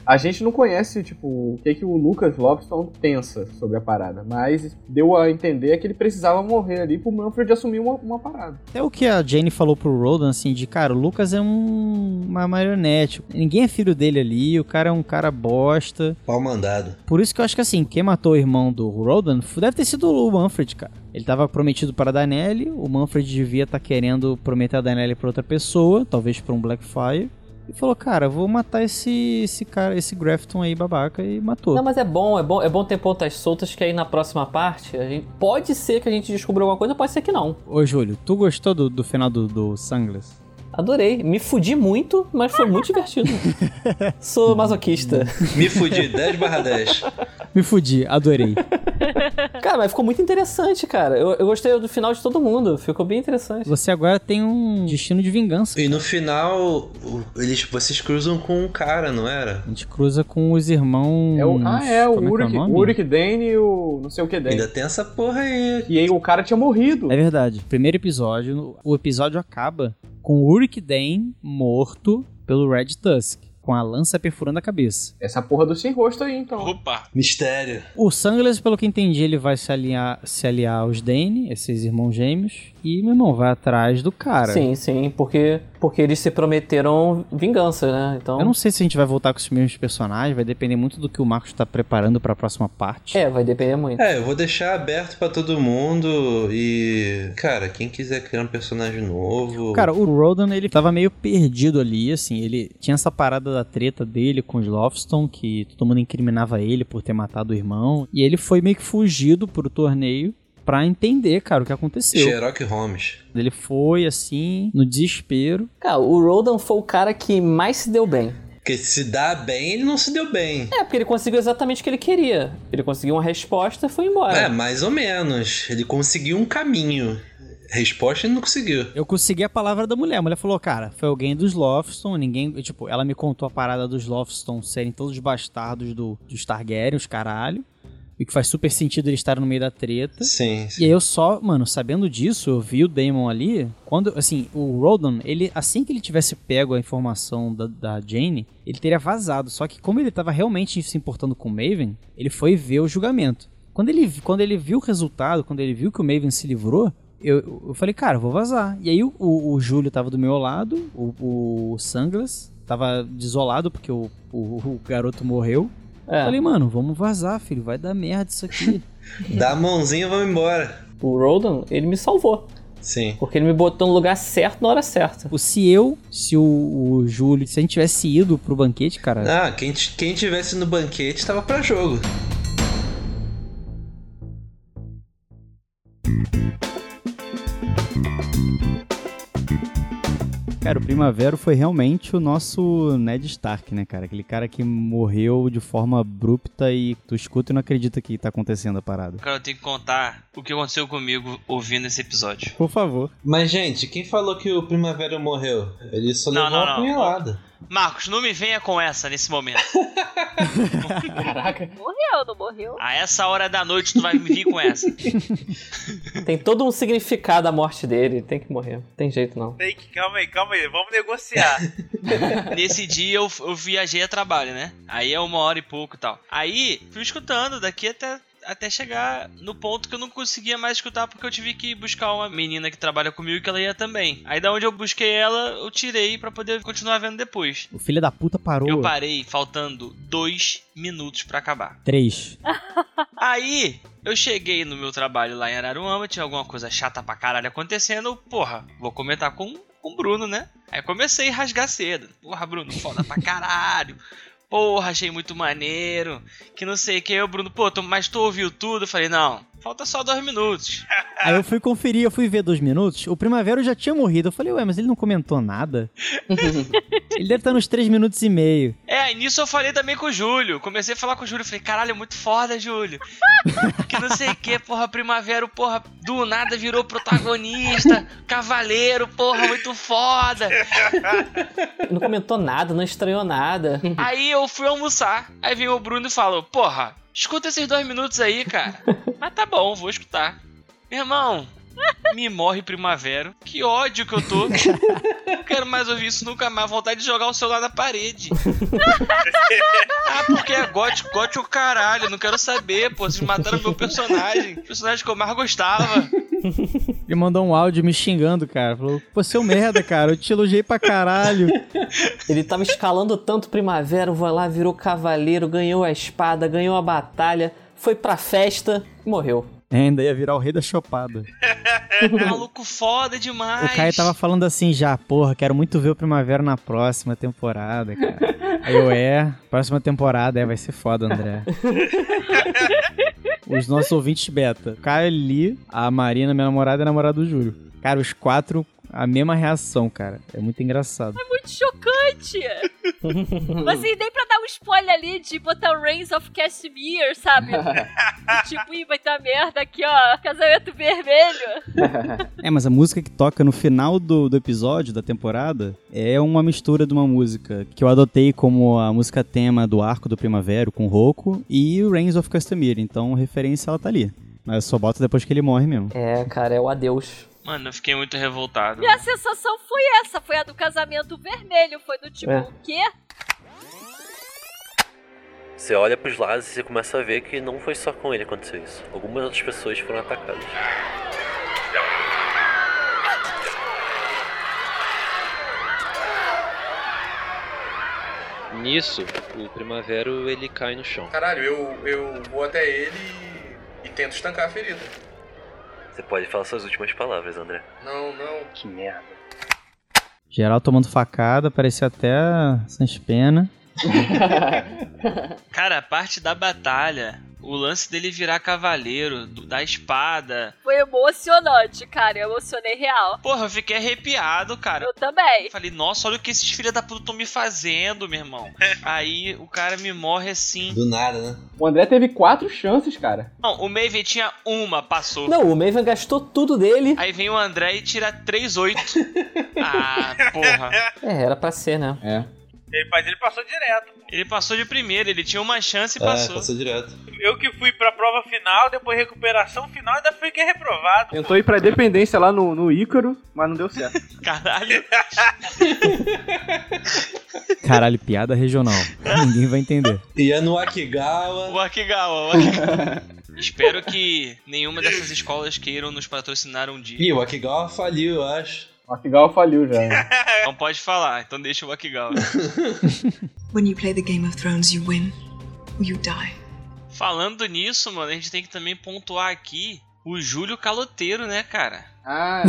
Speaker 2: A gente não conhece, tipo, o que, que o Lucas Lobson pensa sobre a parada, mas deu a entender que ele precisava morrer ali pro Manfred assumir uma, uma parada.
Speaker 1: Até o que a Jane falou pro Rodan, assim, de cara, o Lucas é um, uma marionete. Ninguém é filho dele ali, o cara é um cara bosta.
Speaker 3: Pau mandado.
Speaker 1: Por isso que eu acho que assim, quem matou o irmão do Rodan f- deve ter sido o Manfred, cara. Ele tava prometido para a Danelli, o Manfred devia estar querendo prometer a Danelli pra outra pessoa, talvez pra um Blackfire. E falou, cara, vou matar esse, esse cara, esse Grafton aí, babaca, e matou.
Speaker 4: Não, mas é bom, é bom, é bom ter pontas soltas que aí na próxima parte a gente pode ser que a gente descubra alguma coisa, pode ser que não.
Speaker 1: Ô, Júlio, tu gostou do, do final do, do Sunglass?
Speaker 4: Adorei. Me fudi muito, mas foi muito divertido. Sou masoquista.
Speaker 3: Me fudi, 10 barra 10.
Speaker 1: Me fudi, adorei.
Speaker 4: Cara, mas ficou muito interessante, cara. Eu, eu gostei do final de todo mundo. Ficou bem interessante.
Speaker 1: Você agora tem um destino de vingança.
Speaker 3: E no final, o- eles, vocês cruzam com um cara, não era?
Speaker 1: A gente cruza com os irmãos.
Speaker 2: É o- ah, é, o
Speaker 1: Hum, como que
Speaker 2: Uric,
Speaker 1: nome?
Speaker 2: o Uric Dane e o não sei o que Dane.
Speaker 3: Ainda tem essa porra aí.
Speaker 2: E aí o cara tinha morrido.
Speaker 1: É verdade. Primeiro episódio, o episódio acaba com o Uric Dan morto pelo Red Tusk, com a lança perfurando a cabeça.
Speaker 2: Essa porra do sem rosto aí, então.
Speaker 5: Opa!
Speaker 3: Mistério.
Speaker 1: O Sanglers, pelo que entendi, ele vai se aliar, se aliar aos Dane, esses irmãos gêmeos, e meu irmão vai atrás do cara.
Speaker 4: Sim, sim, porque, porque eles se prometeram vingança, né? Então.
Speaker 1: Eu não sei se a gente vai voltar com os mesmos personagens, vai depender muito do que o Marcos tá preparando pra próxima parte.
Speaker 4: É, vai depender muito.
Speaker 3: É, eu vou deixar aberto pra todo mundo e. Cara, quem quiser criar um personagem novo.
Speaker 1: Cara, o Rodan, ele tava meio perdido ali, assim, ele tinha essa parada da treta dele com os Lofton, que todo mundo incriminava ele por ter matado o irmão, e ele foi meio que fugido pro torneio pra entender, cara, o que aconteceu.
Speaker 3: Sherlock Holmes.
Speaker 1: Ele foi, assim, no desespero.
Speaker 4: Cara, o Rodan foi o cara que mais se deu bem.
Speaker 3: Porque se dá bem, ele não se deu bem.
Speaker 4: É, porque ele conseguiu exatamente o que ele queria. Ele conseguiu uma resposta e foi embora.
Speaker 3: É, mais ou menos. Ele conseguiu um caminho. Resposta ele não conseguiu.
Speaker 1: Eu consegui a palavra da mulher. A mulher falou, cara, foi alguém dos Lofton, ninguém. Tipo, ela me contou a parada dos Lofton serem todos bastardos do, dos Targaryen, os caralho. E que faz super sentido eles estarem no meio da treta.
Speaker 3: Sim,
Speaker 1: E aí eu só, mano, sabendo disso, eu vi o Damon ali. Quando, assim, o Rodan, ele, assim que ele tivesse pego a informação da, da Jane, ele teria vazado. Só que como ele tava realmente se importando com o Maven, ele foi ver o julgamento. Quando ele, quando ele viu o resultado, quando ele viu que o Maven se livrou, eu, eu falei, cara, eu vou vazar. E aí o, o, o Júlio tava do meu lado, o, o Sunglass tava desolado porque o, o, o garoto morreu.
Speaker 4: É.
Speaker 1: Falei, mano, vamos vazar, filho, vai dar merda isso aqui.
Speaker 3: Dá a mãozinha e vamos embora.
Speaker 4: O Rodan, ele me salvou.
Speaker 3: Sim.
Speaker 4: Porque ele me botou no lugar certo na hora certa.
Speaker 1: Tipo, se eu, se o, o Júlio, se a gente tivesse ido pro banquete, cara.
Speaker 3: Ah, quem, t- quem tivesse no banquete tava pra jogo.
Speaker 1: Cara, o Primavera foi realmente o nosso Ned Stark, né, cara? Aquele cara que morreu de forma abrupta e tu escuta e não acredita que tá acontecendo a parada.
Speaker 5: Cara, eu tenho que contar o que aconteceu comigo ouvindo esse episódio.
Speaker 1: Por favor.
Speaker 3: Mas, gente, quem falou que o Primavera morreu? Ele só
Speaker 5: Não,
Speaker 3: levou
Speaker 5: não,
Speaker 3: uma
Speaker 5: não.
Speaker 3: punhalada.
Speaker 5: Marcos, não me venha com essa nesse momento.
Speaker 7: Caraca. Morreu, não morreu?
Speaker 5: A essa hora da noite tu vai me vir com essa.
Speaker 4: Tem todo um significado a morte dele. Tem que morrer. Tem jeito não.
Speaker 6: Tem que- calma aí, calma aí, vamos negociar.
Speaker 5: Nesse dia eu, eu viajei a trabalho, né? Aí é uma hora e pouco e tal. Aí fui escutando daqui até, até chegar no ponto que eu não conseguia mais escutar porque eu tive que buscar uma menina que trabalha comigo que ela ia também. Aí da onde eu busquei ela, eu tirei pra poder continuar vendo depois.
Speaker 1: O filho da puta parou.
Speaker 5: Eu parei faltando dois minutos pra acabar.
Speaker 1: Três.
Speaker 5: Aí eu cheguei no meu trabalho lá em Araruama, tinha alguma coisa chata pra caralho acontecendo. eu, Porra, vou comentar com, com o Bruno, né? Aí comecei a rasgar cedo. Porra, Bruno, foda pra caralho. Porra, achei muito maneiro. Que não sei o que. Aí o Bruno, pô, tu- mas tu ouviu tudo? Eu falei, não, falta só dois minutos.
Speaker 1: Aí eu fui conferir, eu fui ver dois minutos. O Primavera já tinha morrido. Eu falei, ué, mas ele não comentou nada. ele deve estar nos três minutos e meio.
Speaker 5: É, aí nisso eu falei também com o Júlio. Comecei a falar com o Júlio. Falei, caralho, é muito foda, Júlio. Que não sei o que, porra, Primavera, porra, do nada virou protagonista. Cavaleiro, porra, muito foda.
Speaker 4: Não comentou nada, não estranhou nada.
Speaker 5: Aí eu fui almoçar, aí veio o Bruno e falou: Porra, escuta esses dois minutos aí, cara. Mas tá bom, vou escutar. Meu irmão, me morre primavera. Que ódio que eu tô. Não quero mais ouvir isso nunca mais. Vontade de jogar o celular na parede. ah, porque é gótico, gótico caralho. Não quero saber, pô. Vocês mataram meu personagem. Personagem que eu mais gostava.
Speaker 1: Ele mandou um áudio me xingando, cara. Falou, pô, seu merda, cara, eu te elogiei pra caralho.
Speaker 4: Ele tava escalando tanto primavera, vai lá, virou cavaleiro, ganhou a espada, ganhou a batalha, foi pra festa e morreu.
Speaker 1: É, Ainda ia virar o rei da chopada.
Speaker 5: Maluco foda demais.
Speaker 1: O Caio tava falando assim já, porra, quero muito ver o Primavera na próxima temporada, cara. Aí eu é, próxima temporada, é, vai ser foda, André. Os nossos ouvintes beta. Caio ali, a Marina, minha namorada, e a namorada do Júlio. Cara, os quatro a mesma reação, cara. É muito engraçado.
Speaker 7: É muito chocante. Mas assim, nem pra dar um spoiler ali de botar o Reigns of Castamere, sabe? tipo, ih, vai dar merda aqui, ó. Casamento vermelho.
Speaker 1: É, mas a música que toca no final do, do episódio, da temporada, é uma mistura de uma música que eu adotei como a música tema do Arco do Primavera com o Roku e o Reigns of Castamere. Então, referência ela tá ali. Mas só bota depois que ele morre mesmo.
Speaker 4: É, cara, é o adeus.
Speaker 5: Mano, eu fiquei muito revoltado.
Speaker 7: E a sensação foi essa, foi a do casamento vermelho, foi do tipo,
Speaker 9: É.
Speaker 7: o quê?
Speaker 9: Você olha pros lados e você começa a ver que não foi só com ele que aconteceu isso. Algumas outras pessoas foram atacadas.
Speaker 3: Nisso, o Primavero ele cai no chão.
Speaker 10: Caralho, eu, eu vou até ele e, e tento estancar a ferida.
Speaker 9: Você pode falar suas últimas palavras, André.
Speaker 10: Não, não.
Speaker 9: Que merda.
Speaker 1: Geral tomando facada, parecia até Sans Pena.
Speaker 5: Cara, a parte da batalha, o lance dele virar cavaleiro, do- da espada.
Speaker 7: Foi emocionante, cara, eu emocionei real.
Speaker 5: Porra, eu fiquei arrepiado, cara.
Speaker 7: Eu também.
Speaker 5: Falei, nossa, olha o que esses filhos da puta estão me fazendo, meu irmão. Aí o cara me morre assim.
Speaker 3: Do nada, né?
Speaker 2: O André teve quatro chances, cara.
Speaker 5: Não, o Maven tinha uma, passou.
Speaker 4: Não, o Maven gastou tudo dele.
Speaker 5: Aí vem o André e tira 3-8. ah, porra.
Speaker 4: É, era pra ser, né?
Speaker 2: É.
Speaker 6: Ele, mas ele passou direto.
Speaker 5: Ele passou de primeira, ele tinha uma chance e
Speaker 3: É,
Speaker 5: passou.
Speaker 3: passou direto.
Speaker 6: Eu que fui pra prova final, depois recuperação final, ainda fiquei reprovado.
Speaker 2: Tentou ir pra dependência lá no, no Ícaro, mas não deu certo.
Speaker 5: Caralho.
Speaker 1: Caralho, piada regional. Ninguém vai entender.
Speaker 3: E é no Akigawa.
Speaker 5: O Akigawa, o Akigawa. Espero que nenhuma dessas escolas queiram nos patrocinar um dia.
Speaker 3: Ih, o Akigawa faliu, eu acho.
Speaker 2: O Akigawa faliu já. né?
Speaker 5: Não pode falar, então deixa o Akigawa.
Speaker 8: When you play the Game of Thrones, you win or you die.
Speaker 5: Falando nisso, mano, a gente tem que também pontuar aqui o Júlio Caloteiro, né, cara?
Speaker 2: Ah,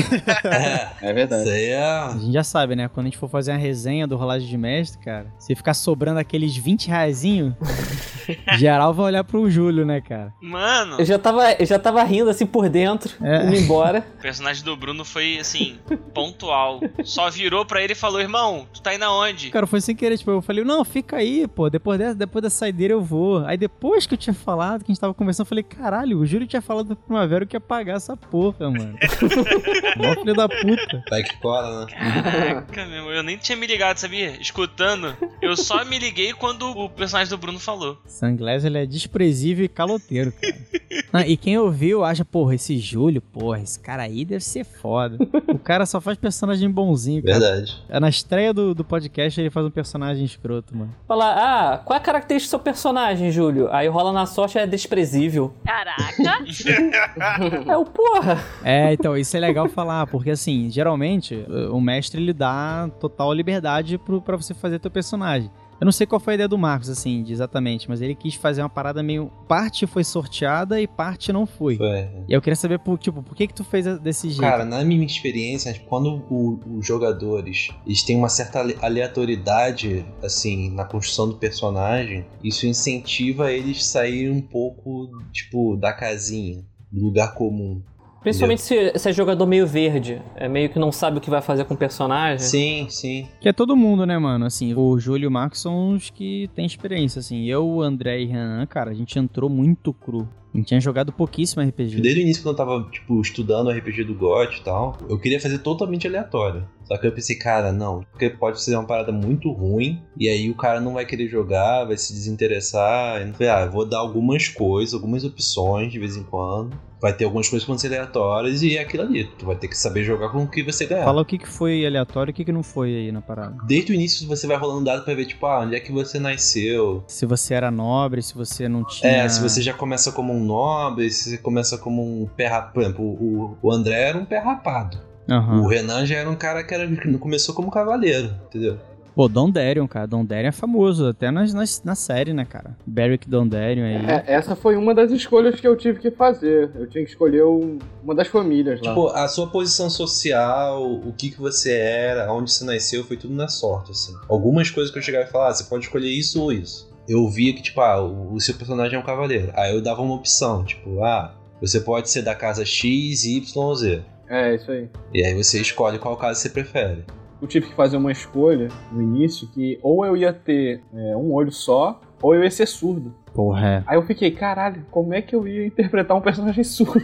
Speaker 1: É
Speaker 2: verdade.
Speaker 3: Isso aí é...
Speaker 1: A gente já sabe, né? Quando a gente for fazer uma resenha do rolagem de mestre, cara, se ficar sobrando aqueles 20 reaisinho, geral vai olhar pro Júlio, né, cara?
Speaker 5: Mano!
Speaker 4: Eu já tava, eu já tava rindo assim por dentro,
Speaker 1: É.
Speaker 4: indo embora.
Speaker 5: O personagem do Bruno foi, assim, pontual. Só virou pra ele e falou: irmão, tu tá indo aonde?
Speaker 1: Cara, foi sem querer, tipo, eu falei, não, fica aí, pô, depois dessa, depois da saideira eu vou. Aí depois que eu tinha falado, que a gente tava conversando, eu falei, caralho, o Júlio tinha falado pra Primavera que ia pagar essa porra, mano. Mó filho da puta.
Speaker 3: Vai que cola, um né?
Speaker 5: Caraca, meu, irmão, eu nem tinha me ligado, sabia? Escutando, eu só me liguei quando o personagem do Bruno falou.
Speaker 1: Sanglés, ele é desprezível e caloteiro, cara. Ah, e quem ouviu acha, porra, esse Júlio, porra, esse cara aí deve ser foda. O cara só faz personagem bonzinho, cara.
Speaker 3: Verdade.
Speaker 1: É, Na estreia do, do podcast ele faz um personagem escroto, mano.
Speaker 4: Fala, ah, qual é a característica do seu personagem, Júlio? Aí rola na sorte, é desprezível.
Speaker 7: Caraca.
Speaker 4: É o porra.
Speaker 1: É, então, isso é legal falar, porque assim, geralmente, o mestre ele dá total liberdade pro, pra você fazer teu personagem. Eu não sei qual foi a ideia do Marcos, assim, de exatamente, mas ele quis fazer uma parada meio. Parte foi sorteada e parte não foi. E eu queria saber, por, tipo, por que que tu fez desse jeito?
Speaker 3: Cara, na minha experiência, quando o- os jogadores eles têm uma certa ale- aleatoriedade assim na construção do personagem, isso incentiva eles a saírem um pouco tipo da casinha, do lugar comum.
Speaker 4: Principalmente se, se é jogador meio verde. É meio que não sabe o que vai fazer com o personagem.
Speaker 3: Sim, sim.
Speaker 1: Que é todo mundo, né, mano? Assim, o Júlio e o Marcos são os que têm experiência, assim. Eu, o André e o Renan, cara, a gente entrou muito cru. A gente tinha jogado pouquíssimo RPG.
Speaker 3: Desde o início, quando eu tava, tipo, estudando o RPG do GOT e tal, eu queria fazer totalmente aleatório. Só que eu pensei, cara, não, porque pode ser uma parada muito ruim, e aí o cara não vai querer jogar, vai se desinteressar. Eu Falei, ah, eu vou dar algumas coisas, algumas opções de vez em quando. Vai ter algumas coisas que vão ser aleatórias e é aquilo ali. Tu vai ter que saber jogar com o que você ganhar.
Speaker 1: Fala o que, que foi aleatório e o que, que não foi aí na parada.
Speaker 3: Desde o início você vai rolando dado pra ver, tipo, ah, onde é que você nasceu,
Speaker 1: Se você era nobre, se você não tinha.
Speaker 3: É, se você já começa como um nobre, se você começa como um pé rapado. Por exemplo, o, o André era um pé rapado.
Speaker 1: Aham.
Speaker 3: O Renan já era um cara que era, que começou como cavaleiro, entendeu?
Speaker 1: Pô, Don Darion, cara. Don Darion é famoso, até nas, nas- na série, né, cara? Beric Don Darion aí.
Speaker 2: É, essa foi uma das escolhas que eu tive que fazer. Eu tinha que escolher um- uma das famílias lá.
Speaker 3: Tipo, a sua posição social, o que, que você era, onde você nasceu, foi tudo na sorte, assim. Algumas coisas que eu chegava e falava, ah, você pode escolher isso ou isso. Eu via que, tipo, ah, o, o seu personagem é um cavaleiro. Aí eu dava uma opção, tipo, ah, você pode ser da casa X, Y ou Z.
Speaker 2: É, isso aí.
Speaker 3: E aí você escolhe qual caso você prefere.
Speaker 2: Eu tive que fazer uma escolha no início que ou eu ia ter é, um olho só, ou eu ia ser surdo.
Speaker 1: Porra, é.
Speaker 2: Aí eu fiquei, caralho, como é que eu ia interpretar um personagem surdo?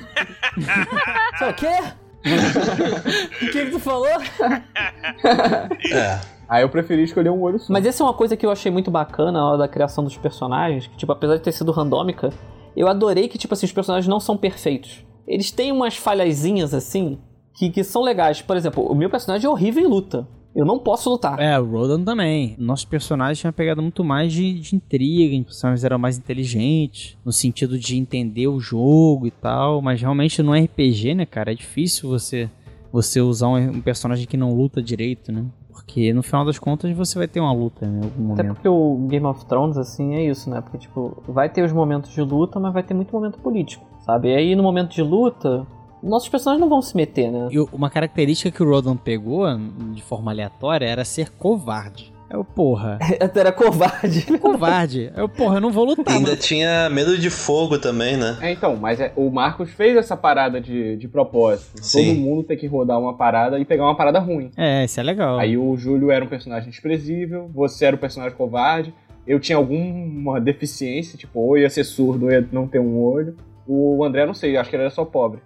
Speaker 4: Sabe Ah, o quê? O que, que tu falou?
Speaker 3: É.
Speaker 2: Aí eu preferi escolher um olho só.
Speaker 4: Mas essa é uma coisa que eu achei muito bacana na hora da criação dos personagens, que, tipo, apesar de ter sido randômica, eu adorei que, tipo assim, os personagens não são perfeitos. Eles têm umas falhazinhas, assim, que, que são legais. Por exemplo, o meu personagem é horrível em luta. Eu não posso lutar.
Speaker 1: É, o Rodan também. Nosso personagem tinha uma pegada muito mais de, de intriga, os personagens eram mais inteligentes, no sentido de entender o jogo e tal, mas realmente no RPG, né, cara, é difícil você você usar um, um personagem que não luta direito, né? Porque no final das contas você vai ter uma luta né, em algum
Speaker 4: Até
Speaker 1: momento.
Speaker 4: porque o Game of Thrones, assim, é isso, né? Porque, tipo, vai ter os momentos de luta, mas vai ter muito momento político, sabe? E aí, no momento de luta, nossos personagens não vão se meter, né?
Speaker 1: E uma característica que o Rodan pegou hum, de forma aleatória era ser covarde. É o porra.
Speaker 4: Até era covarde.
Speaker 1: covarde. Eu, porra, eu não vou lutar.
Speaker 3: Ainda tinha medo de fogo também, né?
Speaker 2: É, então, mas é- o Marcos fez essa parada de, de propósito.
Speaker 3: Sim.
Speaker 2: Todo mundo tem que rodar uma parada e pegar uma parada ruim.
Speaker 1: É, isso é legal.
Speaker 2: Aí o Júlio era um personagem desprezível, você era um personagem covarde, eu tinha alguma deficiência, tipo, ou ia ser surdo, ou ia não ter um olho. O André, não sei, acho que ele era só pobre.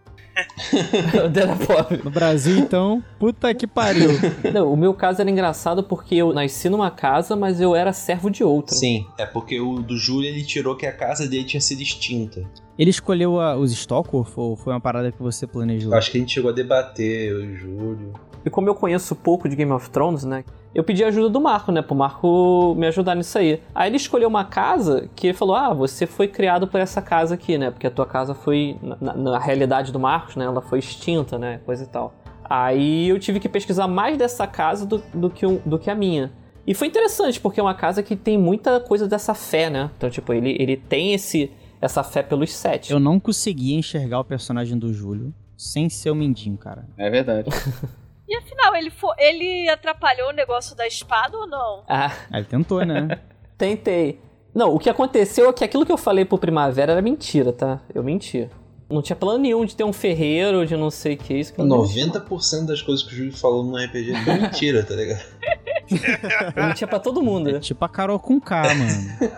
Speaker 4: era pobre.
Speaker 1: No Brasil, então, puta que pariu.
Speaker 4: Não, o meu caso era engraçado porque eu nasci numa casa, mas eu era servo de outra.
Speaker 3: Sim, é porque o do Júlio ele tirou que a casa dele tinha sido extinta.
Speaker 1: Ele escolheu a- os Stalker ou foi uma parada que você planejou?
Speaker 3: Eu acho que a gente chegou a debater, eu e o Júlio.
Speaker 4: E como eu conheço pouco de Game of Thrones, né? Eu pedi ajuda do Marco, né? Pro Marco me ajudar nisso aí. Aí ele escolheu uma casa que ele falou: Ah, você foi criado por essa casa aqui, né? Porque a tua casa foi. Na, na- na realidade do Marcos, né? Ela foi extinta, né? Coisa e tal. Aí eu tive que pesquisar mais dessa casa do, do que, um- do que a minha. E foi interessante, porque é uma casa que tem muita coisa dessa fé, né? Então, tipo, ele, ele tem esse, essa fé pelos sete.
Speaker 1: Eu não conseguia enxergar o personagem do Júlio sem ser o Mindinho, cara.
Speaker 2: É verdade.
Speaker 7: E afinal, ele, fo- ele atrapalhou o negócio da espada ou não?
Speaker 4: Ah.
Speaker 1: Ele tentou, né?
Speaker 4: Tentei. Não, o que aconteceu é que aquilo que eu falei pro Primavera era mentira, tá? Eu menti. Não tinha plano nenhum de ter um ferreiro, de não sei o que, isso que eu não tinha.
Speaker 3: 90% das coisas que o Júlio falou no RPG foi mentira, tá ligado?
Speaker 4: Eu mentia pra todo mundo. É
Speaker 1: tipo a Carol com K, mano.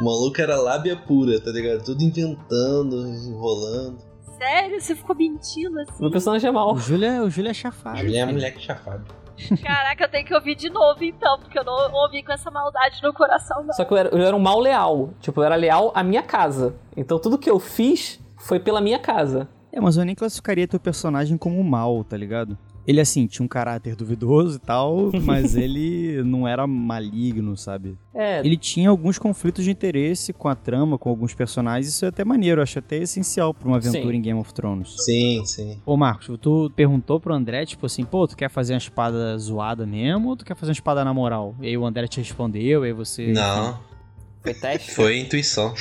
Speaker 3: O maluco era lábia pura, tá ligado? Tudo inventando, enrolando.
Speaker 7: Sério? Você ficou mentindo assim?
Speaker 4: Meu personagem é mal.
Speaker 1: O Júlio é, o Júlio é chafado.
Speaker 3: Júlio é
Speaker 1: cara.
Speaker 3: moleque chafado.
Speaker 7: Caraca, eu tenho que ouvir de novo então, porque eu não ouvi com essa maldade no coração, não.
Speaker 4: Só que eu era, eu era um mal leal. Tipo, eu era leal à minha casa. Então tudo que eu fiz foi pela minha casa.
Speaker 1: É, mas eu nem classificaria teu personagem como mal, tá ligado? Ele, assim, tinha um caráter duvidoso e tal, mas ele não era maligno, sabe?
Speaker 4: É.
Speaker 1: Ele tinha alguns conflitos de interesse com a trama, com alguns personagens, isso é até maneiro, eu acho até essencial pra uma aventura
Speaker 3: Sim.
Speaker 1: em Game of Thrones.
Speaker 3: Sim, sim.
Speaker 1: Ô Marcos, tu perguntou pro André, tipo assim, pô, tu quer fazer uma espada zoada mesmo ou tu quer fazer uma espada na moral? E aí o André te respondeu, e aí você.
Speaker 3: é Não,
Speaker 4: Foi teste?
Speaker 3: foi intuição.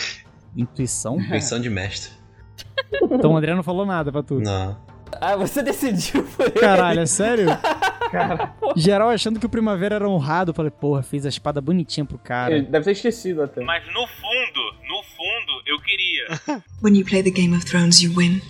Speaker 1: Intuição?
Speaker 3: Intuição de mestre.
Speaker 1: Então o André não falou nada pra tu.
Speaker 3: Não.
Speaker 4: Ah, você decidiu por ele.
Speaker 1: Caralho, é sério? Geral achando que o Primavera era honrado, falei, porra, fiz a espada bonitinha pro cara.
Speaker 4: É.
Speaker 2: Ele deve ter esquecido até.
Speaker 6: Mas no fundo, no fundo, eu queria.
Speaker 8: When you play the Game of Thrones, you win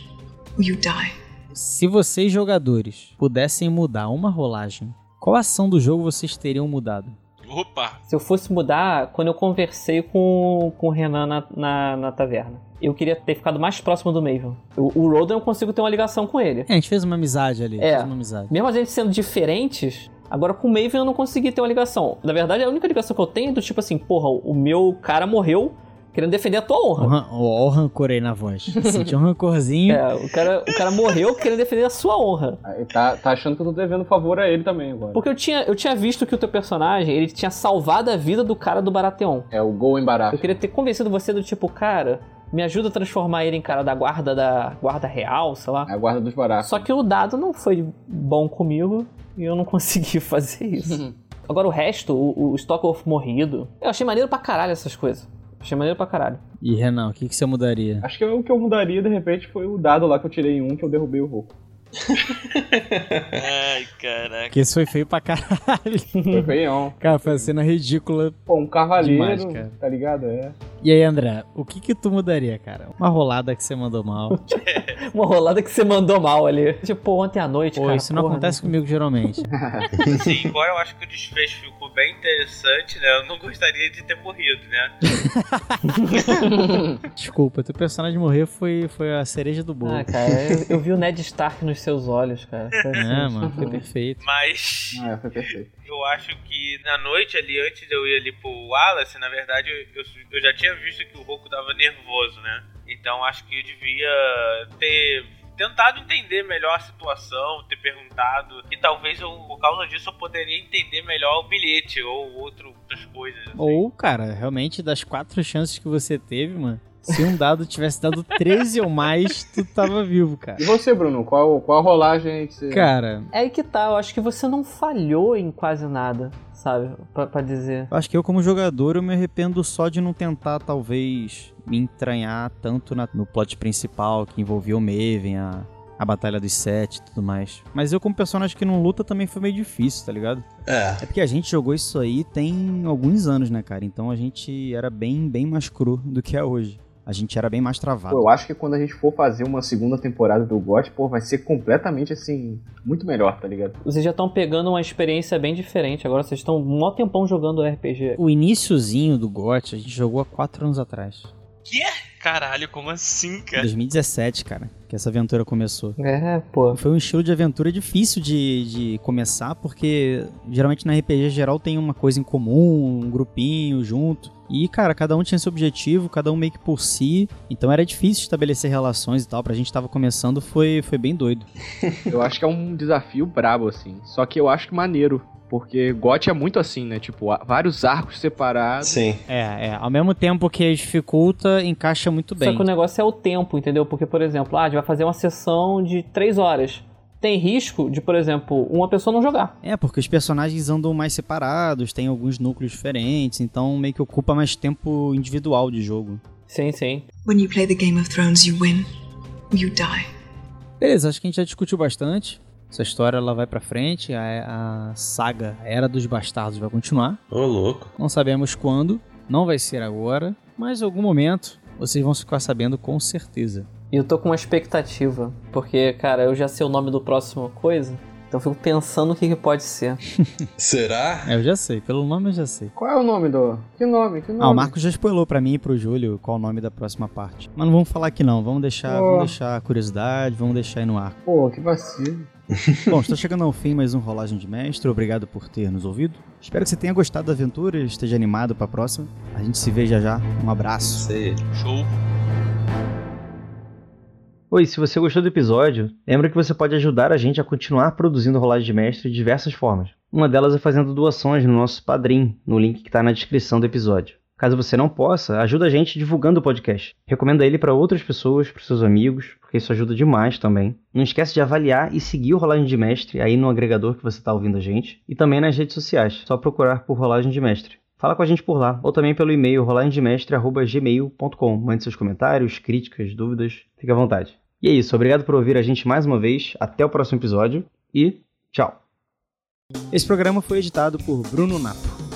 Speaker 8: or you die.
Speaker 1: Se vocês, jogadores, pudessem mudar uma rolagem, qual ação do jogo vocês teriam mudado?
Speaker 5: Opa!
Speaker 4: Se eu fosse mudar, quando eu conversei com, com o Renan na, na, na taverna, eu queria ter ficado mais próximo do Maven. O, o Rodan eu consigo ter uma ligação com ele.
Speaker 1: É, a gente fez uma amizade ali,
Speaker 4: É.
Speaker 1: fez uma amizade.
Speaker 4: Mesmo a gente sendo diferentes, agora com o Maven eu não consegui ter uma ligação. Na verdade, a única ligação que eu tenho é do tipo assim, porra, o meu cara morreu querendo defender a tua honra.
Speaker 1: Ó o rancor aí na voz. Senti um rancorzinho.
Speaker 4: É, o cara, o cara morreu querendo defender a sua honra.
Speaker 2: Aí tá, tá achando que eu tô devendo favor a ele também agora.
Speaker 4: Porque eu tinha, eu tinha visto que o teu personagem, ele tinha salvado a vida do cara do Baratheon.
Speaker 2: É o gol em
Speaker 4: Eu
Speaker 2: barato.
Speaker 4: queria ter convencido você do tipo, cara, me ajuda a transformar ele em cara da guarda da guarda real, sei lá.
Speaker 2: É a guarda dos baratos.
Speaker 4: Só que o dado não foi bom comigo e eu não consegui fazer isso. Agora o resto, o, o Stockwolf morrido, eu achei maneiro pra caralho essas coisas. Achei maneiro pra caralho.
Speaker 1: E Renan, o que, que você mudaria?
Speaker 2: Acho que o que eu mudaria, de repente, foi o dado lá que eu tirei em um que eu derrubei o Roku.
Speaker 5: Ai, caraca.
Speaker 1: Porque isso foi feio pra caralho.
Speaker 2: Foi feião.
Speaker 1: Cara, foi uma cena ridícula.
Speaker 2: Pô, um cavaleiro,
Speaker 1: Demais, cara.
Speaker 2: tá ligado? É.
Speaker 1: E aí, André, o que que tu mudaria, cara? Uma rolada que você mandou mal.
Speaker 4: Uma rolada que você mandou mal ali. Tipo, ontem à noite,
Speaker 1: Pô,
Speaker 4: cara.
Speaker 1: isso não
Speaker 4: porra, né?
Speaker 1: acontece comigo geralmente.
Speaker 12: Sim, embora eu acho que o desfecho ficou bem interessante, né? Eu não gostaria de ter morrido, né?
Speaker 1: Desculpa, teu personagem morrer foi, foi a cereja do bolo.
Speaker 4: Ah, cara, eu, eu vi o Ned Stark nos seus olhos, cara. Foi assim,
Speaker 1: É, mano, foi perfeito.
Speaker 12: Mas
Speaker 2: Ah, foi perfeito.
Speaker 12: eu acho que na noite ali, antes de eu ir ali pro Wallace, na verdade eu, eu- eu já tinha visto que o Roku tava nervoso, né? Então acho que eu devia ter tentado entender melhor a situação, ter perguntado. E talvez eu, por causa disso eu poderia entender melhor o bilhete ou outro- outras coisas. assim.
Speaker 1: Ou, cara, realmente das quatro chances que você teve, mano, se um dado tivesse dado 13 ou mais, tu tava vivo, cara.
Speaker 2: E você, Bruno? Qual, qual a rolagem aí que você...
Speaker 1: Cara,
Speaker 4: É aí que tá, eu acho que você não falhou em quase nada, sabe? Pra, pra dizer.
Speaker 1: eu acho que eu, como jogador, eu me arrependo só de não tentar, talvez, me entranhar tanto na- no plot principal que envolvia o Maven, a, a Batalha dos Sete e tudo mais. Mas eu, como personagem que não luta, também foi meio difícil, tá ligado?
Speaker 3: É.
Speaker 1: É porque a gente jogou isso aí tem alguns anos, né, cara? Então a gente era bem, bem mais cru do que é hoje. A gente era bem mais travado.
Speaker 2: Pô, eu acho que quando a gente for fazer uma segunda temporada do GOT, pô, vai ser completamente assim, muito melhor, tá ligado?
Speaker 4: Vocês já estão pegando uma experiência bem diferente agora, vocês estão um mó tempão jogando RPG.
Speaker 1: O iníciozinho do GOT a gente jogou há quatro anos atrás.
Speaker 5: Caralho, como assim, cara?
Speaker 1: 2017, cara, que essa aventura começou.
Speaker 4: É, pô.
Speaker 1: Foi um estilo de aventura difícil de, de começar, porque geralmente na RPG geral tem uma coisa em comum, um grupinho junto. E, cara, cada um tinha seu objetivo, cada um meio que por si. Então era difícil estabelecer relações e tal. Pra gente que tava começando, foi, foi bem doido.
Speaker 2: Eu acho que é um desafio brabo, assim. Só que eu acho que maneiro. Porque GOT é muito assim, né? Tipo, há vários arcos separados.
Speaker 3: Sim.
Speaker 1: É, é. Ao mesmo tempo que dificulta, encaixa muito bem.
Speaker 4: Só que o negócio é o tempo, entendeu? Porque, por exemplo, ah, a gente vai fazer uma sessão de três horas. Tem risco de, por exemplo, uma pessoa não jogar.
Speaker 1: É, porque os personagens andam mais separados, tem alguns núcleos diferentes, então meio que ocupa mais tempo individual de jogo.
Speaker 4: Sim, sim.
Speaker 8: When you play the Game of Thrones, you win or you die.
Speaker 1: Beleza, acho que a gente já discutiu bastante. Essa história ela vai pra frente, a, a saga a Era dos Bastardos vai continuar.
Speaker 3: Ô, louco.
Speaker 1: Não sabemos quando, não vai ser agora, mas em algum momento vocês vão ficar sabendo com certeza.
Speaker 4: E eu tô com uma expectativa. Porque, cara, eu já sei o nome do próximo coisa. Então eu fico pensando o que, que pode ser.
Speaker 3: Será?
Speaker 1: É, eu já sei, pelo nome eu já sei.
Speaker 2: Qual é o nome do. Que nome? Que nome?
Speaker 1: Ah, o Marcos já spoilou pra mim e pro Júlio qual o nome da próxima parte. Mas não vamos falar aqui não, vamos deixar,
Speaker 2: Pô.
Speaker 1: vamos deixar a curiosidade, vamos deixar aí no ar.
Speaker 2: Pô, que vacilo.
Speaker 1: Bom, está chegando ao fim mais um Rolagem de Mestre. Obrigado por ter nos ouvido. Espero que você tenha gostado da aventura e esteja animado para a próxima. A gente se vê já já. Um abraço.
Speaker 5: Show.
Speaker 1: Oi, se você gostou do episódio, lembra que você pode ajudar a gente a continuar produzindo Rolagem de Mestre de diversas formas. Uma delas é fazendo doações no nosso Padrim, no link que está na descrição do episódio. Caso você não possa, ajuda a gente divulgando o podcast. Recomenda ele para outras pessoas, para seus amigos, porque isso ajuda demais também. Não esquece de avaliar e seguir o Rolagem de Mestre aí no agregador que você está ouvindo a gente e também nas redes sociais, só procurar por Rolagem de Mestre. Fala com a gente por lá, ou também pelo e-mail rolagemdemestre.gmail.com. Mande seus comentários, críticas, dúvidas, fique à vontade. E é isso, obrigado por ouvir a gente mais uma vez, até o próximo episódio e tchau! Esse programa foi editado por Bruno Napo.